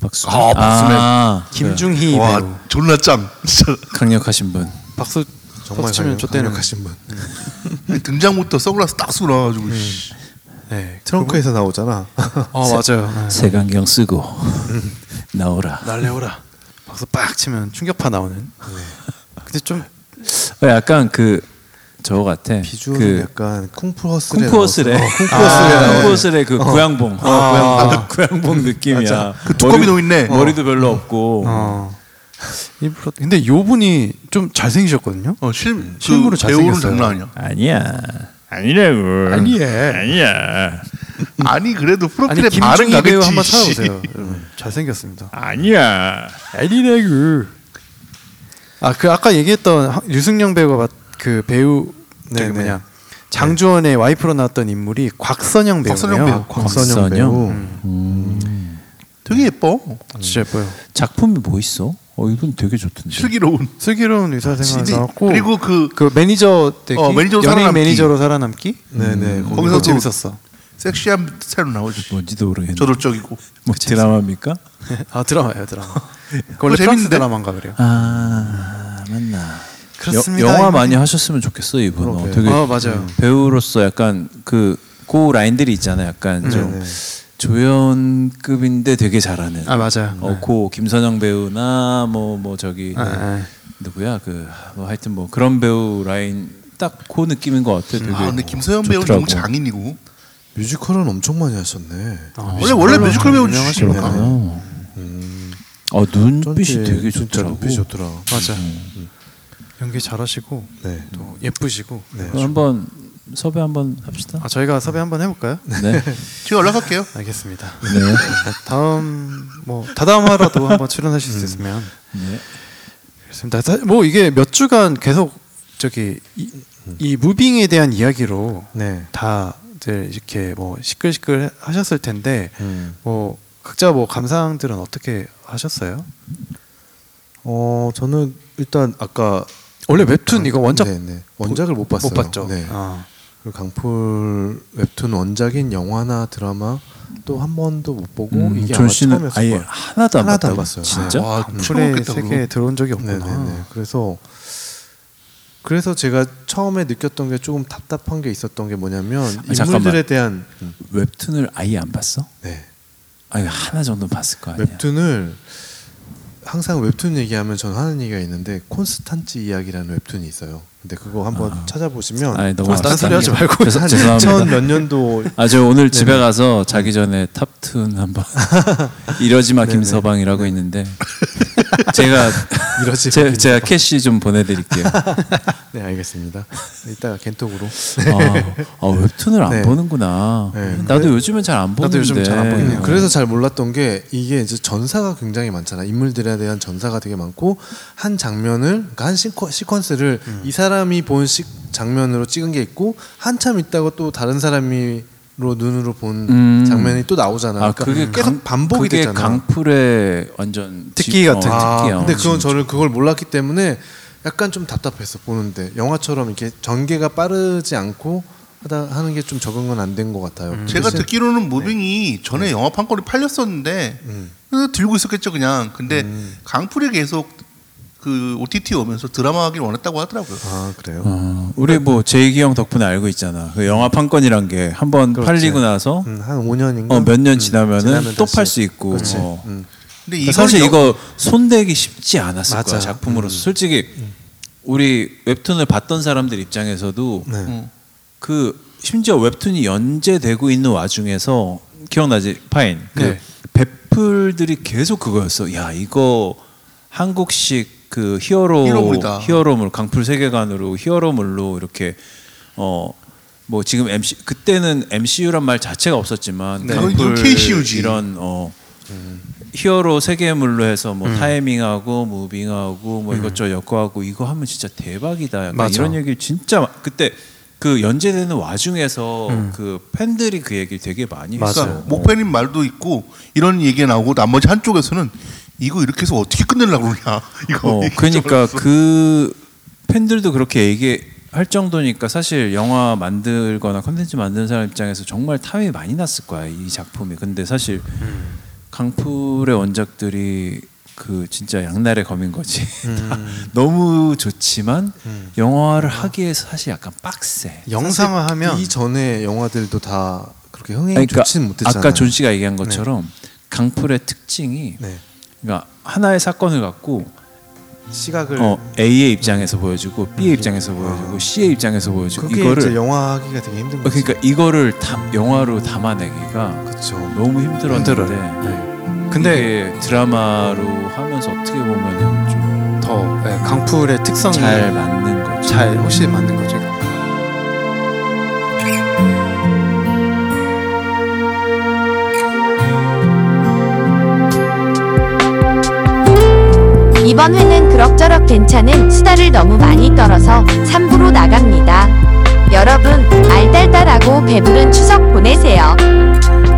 박수.
아, 박수맨.
아,
김중희 배우.
와 존나 짱 진짜
강력하신 분.
박수
정말
박수 치면 좋대는
강력하신 분
등장부터 선글라스 딱 쓰고 나가지고 씨.
네.
트렁크에서 나오잖아
어 맞아요. 네.
색안경 쓰고 나오라.
날래오라. 박수 빡 치면 충격파 나오는. 근데 좀
어, 약간 그 저거 같아.
비주얼은
그
약간 쿵푸 허슬에
쿵푸어스레.
쿵푸어스레
아, 쿵푸어스레 그 고양봉. 고양봉. 고양봉 느낌이야.
그 두꺼비 노인네.
머리도 별로 없고.
어. 일부러 근데 요 분이 좀 잘생기셨거든요.
어, 실,
네. 실물은
그 배우는
잘생겼어요.
장난 아니야.
아니야. 아니라고.
음. 아니에.
아니야.
아니 그래도
음. 아니
프로필에 발은
김중희 배우
가겠지.
한번
씨.
찾아보세요. 여러분. 잘생겼습니다.
아니야.
에리레그. 아그 아까 얘기했던 하- 유승용 배우가 맡- 그 배우 저기
네,
뭐냐 장주원의 와이프로 나왔던 인물이 곽선영 배우예요.
곽선영 배우.
곽선영 배우
되게 예뻐.
진짜 예뻐요.
작품이 뭐 있어? 어 이분 되게 좋던데.
슬기로운.
슬기로운 의사생활
진짜.
나왔고
그리고 그-
아, 그 매니저 되기
어, 매니저로
연예인
살아남기.
매니저로 살아남기
네네
거기서
거기서 또-
재밌었어.
섹시한 스타일로 나오지.
뭔지도 모르겠네.
저돌적이고.
뭐 드라마입니까?
아 드라마예요 드라마. 그 원래
재밌는데?
프랑스 드라마인가 그래요.
아 맞나.
그렇습니다.
여, 영화
이분이-
많이 하셨으면 좋겠어 이분. 어, 되게
아, 맞아요.
배우로서 약간 그 고 라인들이 있잖아요. 약간 좀 조연급인데 되게 잘하는.
아 맞아요.
어, 고 김선영 배우나 뭐 뭐
아,
저기
네, 네.
누구야 그 뭐 하여튼 뭐 그런 배우 라인 딱 그 느낌인 것 같아.
음.
되게
아 근데 김서연 배우는
좋더라고.
너무 장인이고.
뮤지컬은 엄청 많이 하셨네
아,
아,
원래 원래 뮤지컬 배우 출신이니까.
그렇구나. 어 눈빛이
어쩐지
되게
진짜
좋더라고.
눈빛이 좋더라
맞아. 음. 연기 잘하시고
네
또 예쁘시고. 어,
그럼 한번 섭외 한번 합시다.
아 저희가 섭외 한번 해볼까요?
아.
네.
제가 연락할게요.
알겠습니다. 다음 뭐 다다음 화라도 한번 출연하실
음.
수 있으면.
네.
그렇습니다. 사- 뭐 이게 몇 주간 계속 저기 이, 이 무빙에 대한 이야기로
네.
다들 이렇게 뭐 시끌시끌 하셨을 텐데
음.
뭐 각자 뭐 감상들은 어떻게 하셨어요?
어 저는 일단 아까
원래 웹툰 이거 원작
네, 네. 원작을 못 봤어요.
못 봤죠.
네.
아,
그 강풀 웹툰 원작인 영화나 드라마 또 한 번도 못 보고
음,
이게
존
아마
씨는
처음이었을
아예
거예요.
하나도 안
하나도
봤다고?
안 봤어요. 아,
진짜?
와
풀의
출연했겠다
세계에
그거.
들어온 적이
네,
없구나.
네, 네. 그래서 그래서 제가 처음에 느꼈던 게 조금 답답한 게 있었던 게 뭐냐면 인물들에
아, 잠깐만. 음.
대한
웹툰을 아예 안 봤어?
네.
아니 하나 정도 봤을 거 아니야.
웹툰을 항상 웹툰 얘기하면 저는 하는 얘기가 있는데 콘스탄츠 이야기라는 웹툰이 있어요. 근데 그거 한번 찾아보시면
아니, 너무
딴 소리 하지 말고
죄송- 죄송합니다.
한천몇 년도
아, 저 오늘
네.
집에 가서 자기 전에 탑툰 한번 이러지
네,
마 김서방이라고 있는데 제가
이러지 마,
제, 제가 캐시 좀 보내드릴게요.
네 알겠습니다. 이따가 겐톡으로.
아, 아, 웹툰을 안
네.
보는구나.
네.
나도 요즘은 잘 안 보는데.
나도 요즘 잘안 보이네요.
그래서 잘 몰랐던 게 이게 이제 전사가 굉장히 많잖아. 인물들에 대한 전사가 되게 많고 한 장면을 그러니까 한 시퀀, 시퀀스를
음.
이 사람이 본 시, 장면으로 찍은 게 있고 한참 있다가 또 다른 사람이 로 눈으로 본
음.
장면이 또 나오잖아.
아,
그러니까
그게
계속
강-
반복이
그게
되잖아.
강풀의 완전
특기
지-
같은
어,
아,
특기야.
근데 그건 저는 그걸 몰랐기 때문에 약간 좀 답답했어 보는데 영화처럼 이렇게 전개가 빠르지 않고 하다 하는 게 좀 적응은 안 된 것 같아요.
음. 제가
네.
대신-
듣기로는 무빙이 전에 영화 판권이 팔렸었는데
음.
그래서 들고 있었겠죠 그냥. 근데 강풀이 계속 그 OTT 오면서 드라마 하길 원했다고 하더라고요.
아 그래요.
어, 우리 뭐 제이기 형 덕분에 알고 있잖아. 그 영화 판권이란 게 한 번
그렇지.
팔리고 나서
음, 한 5년인가?
어, 몇 년 지나면은
지나면
또
다시.
팔 수 있고.
그렇지.
어.
음.
근데
그러니까
이걸
사실
여- 음.
이거 손대기 쉽지 않았을
맞아.
거야 작품으로서. 솔직히 우리 웹툰을 봤던 사람들 입장에서도
네.
음.
그 심지어 웹툰이 연재되고 있는 와중에서 기억나지 파인 그
네.
배풀들이 계속 그거였어. 야 이거 한국식 그 히어로
히어로물이다.
히어로물 강풀 세계관으로 히어로물로 이렇게 어 뭐 지금 MC 그때는 MCU란 말 자체가 없었지만
네.
강풀
이건 KCU 지.
이런 어 히어로 세계물로 해서
음.
뭐 타이밍하고 무빙하고 뭐 이것저것 엮어하고 이거 하면 진짜 대박이다. 약간
맞아.
이런 얘기를 진짜 마- 그때 그 연재되는 와중에서 그 팬들이 그 얘기를 되게 많이
음. 맞아.
했어.
그러니까 목팬인 말도 있고 이런 얘기 나오고 나머지 한쪽에서는 이거 이렇게 해서 어떻게 끝내려고 그러냐 이거
어,
얘기 좀
그러니까
알았어.
그 팬들도 그렇게 얘기할 정도니까 사실 영화 만들거나 컨텐츠 만드는 사람 입장에서 정말 탐이 많이 났을 거야 이 작품이. 근데 사실
음.
강풀의 원작들이 그 진짜 양날의 검인 거지. 다
음.
너무 좋지만 영화를 하기에서 사실 약간 빡세.
영상화하면
이 전에 영화들도 다 그렇게 흥행이
그러니까
좋진 못했잖아요.
아까 존 씨가 얘기한 것처럼 강풀의 특징이
네.
그러니까 하나의 사건을 갖고
네.
시각을
어, A의 입장에서 보여주고 B의 입장에서 보여주고 C의 입장에서 보여주고
그게
이거를
이제 영화하기가 되게 힘든
어,
거죠.
그러니까 이거를 다, 영화로 담아내기가
그쵸.
너무 힘들었는데
힘들어요. 네.
근데 이게 드라마로 하면서 어떻게 보면
더 예, 강풀의 특성이
좀 잘 맞는 거죠.
잘 혹시 맞는 거죠.
이번 회는 그럭저럭 괜찮은 수다를 너무 많이 떨어서 3부로 나갑니다. 여러분 알딸딸하고 배부른 추석 보내세요.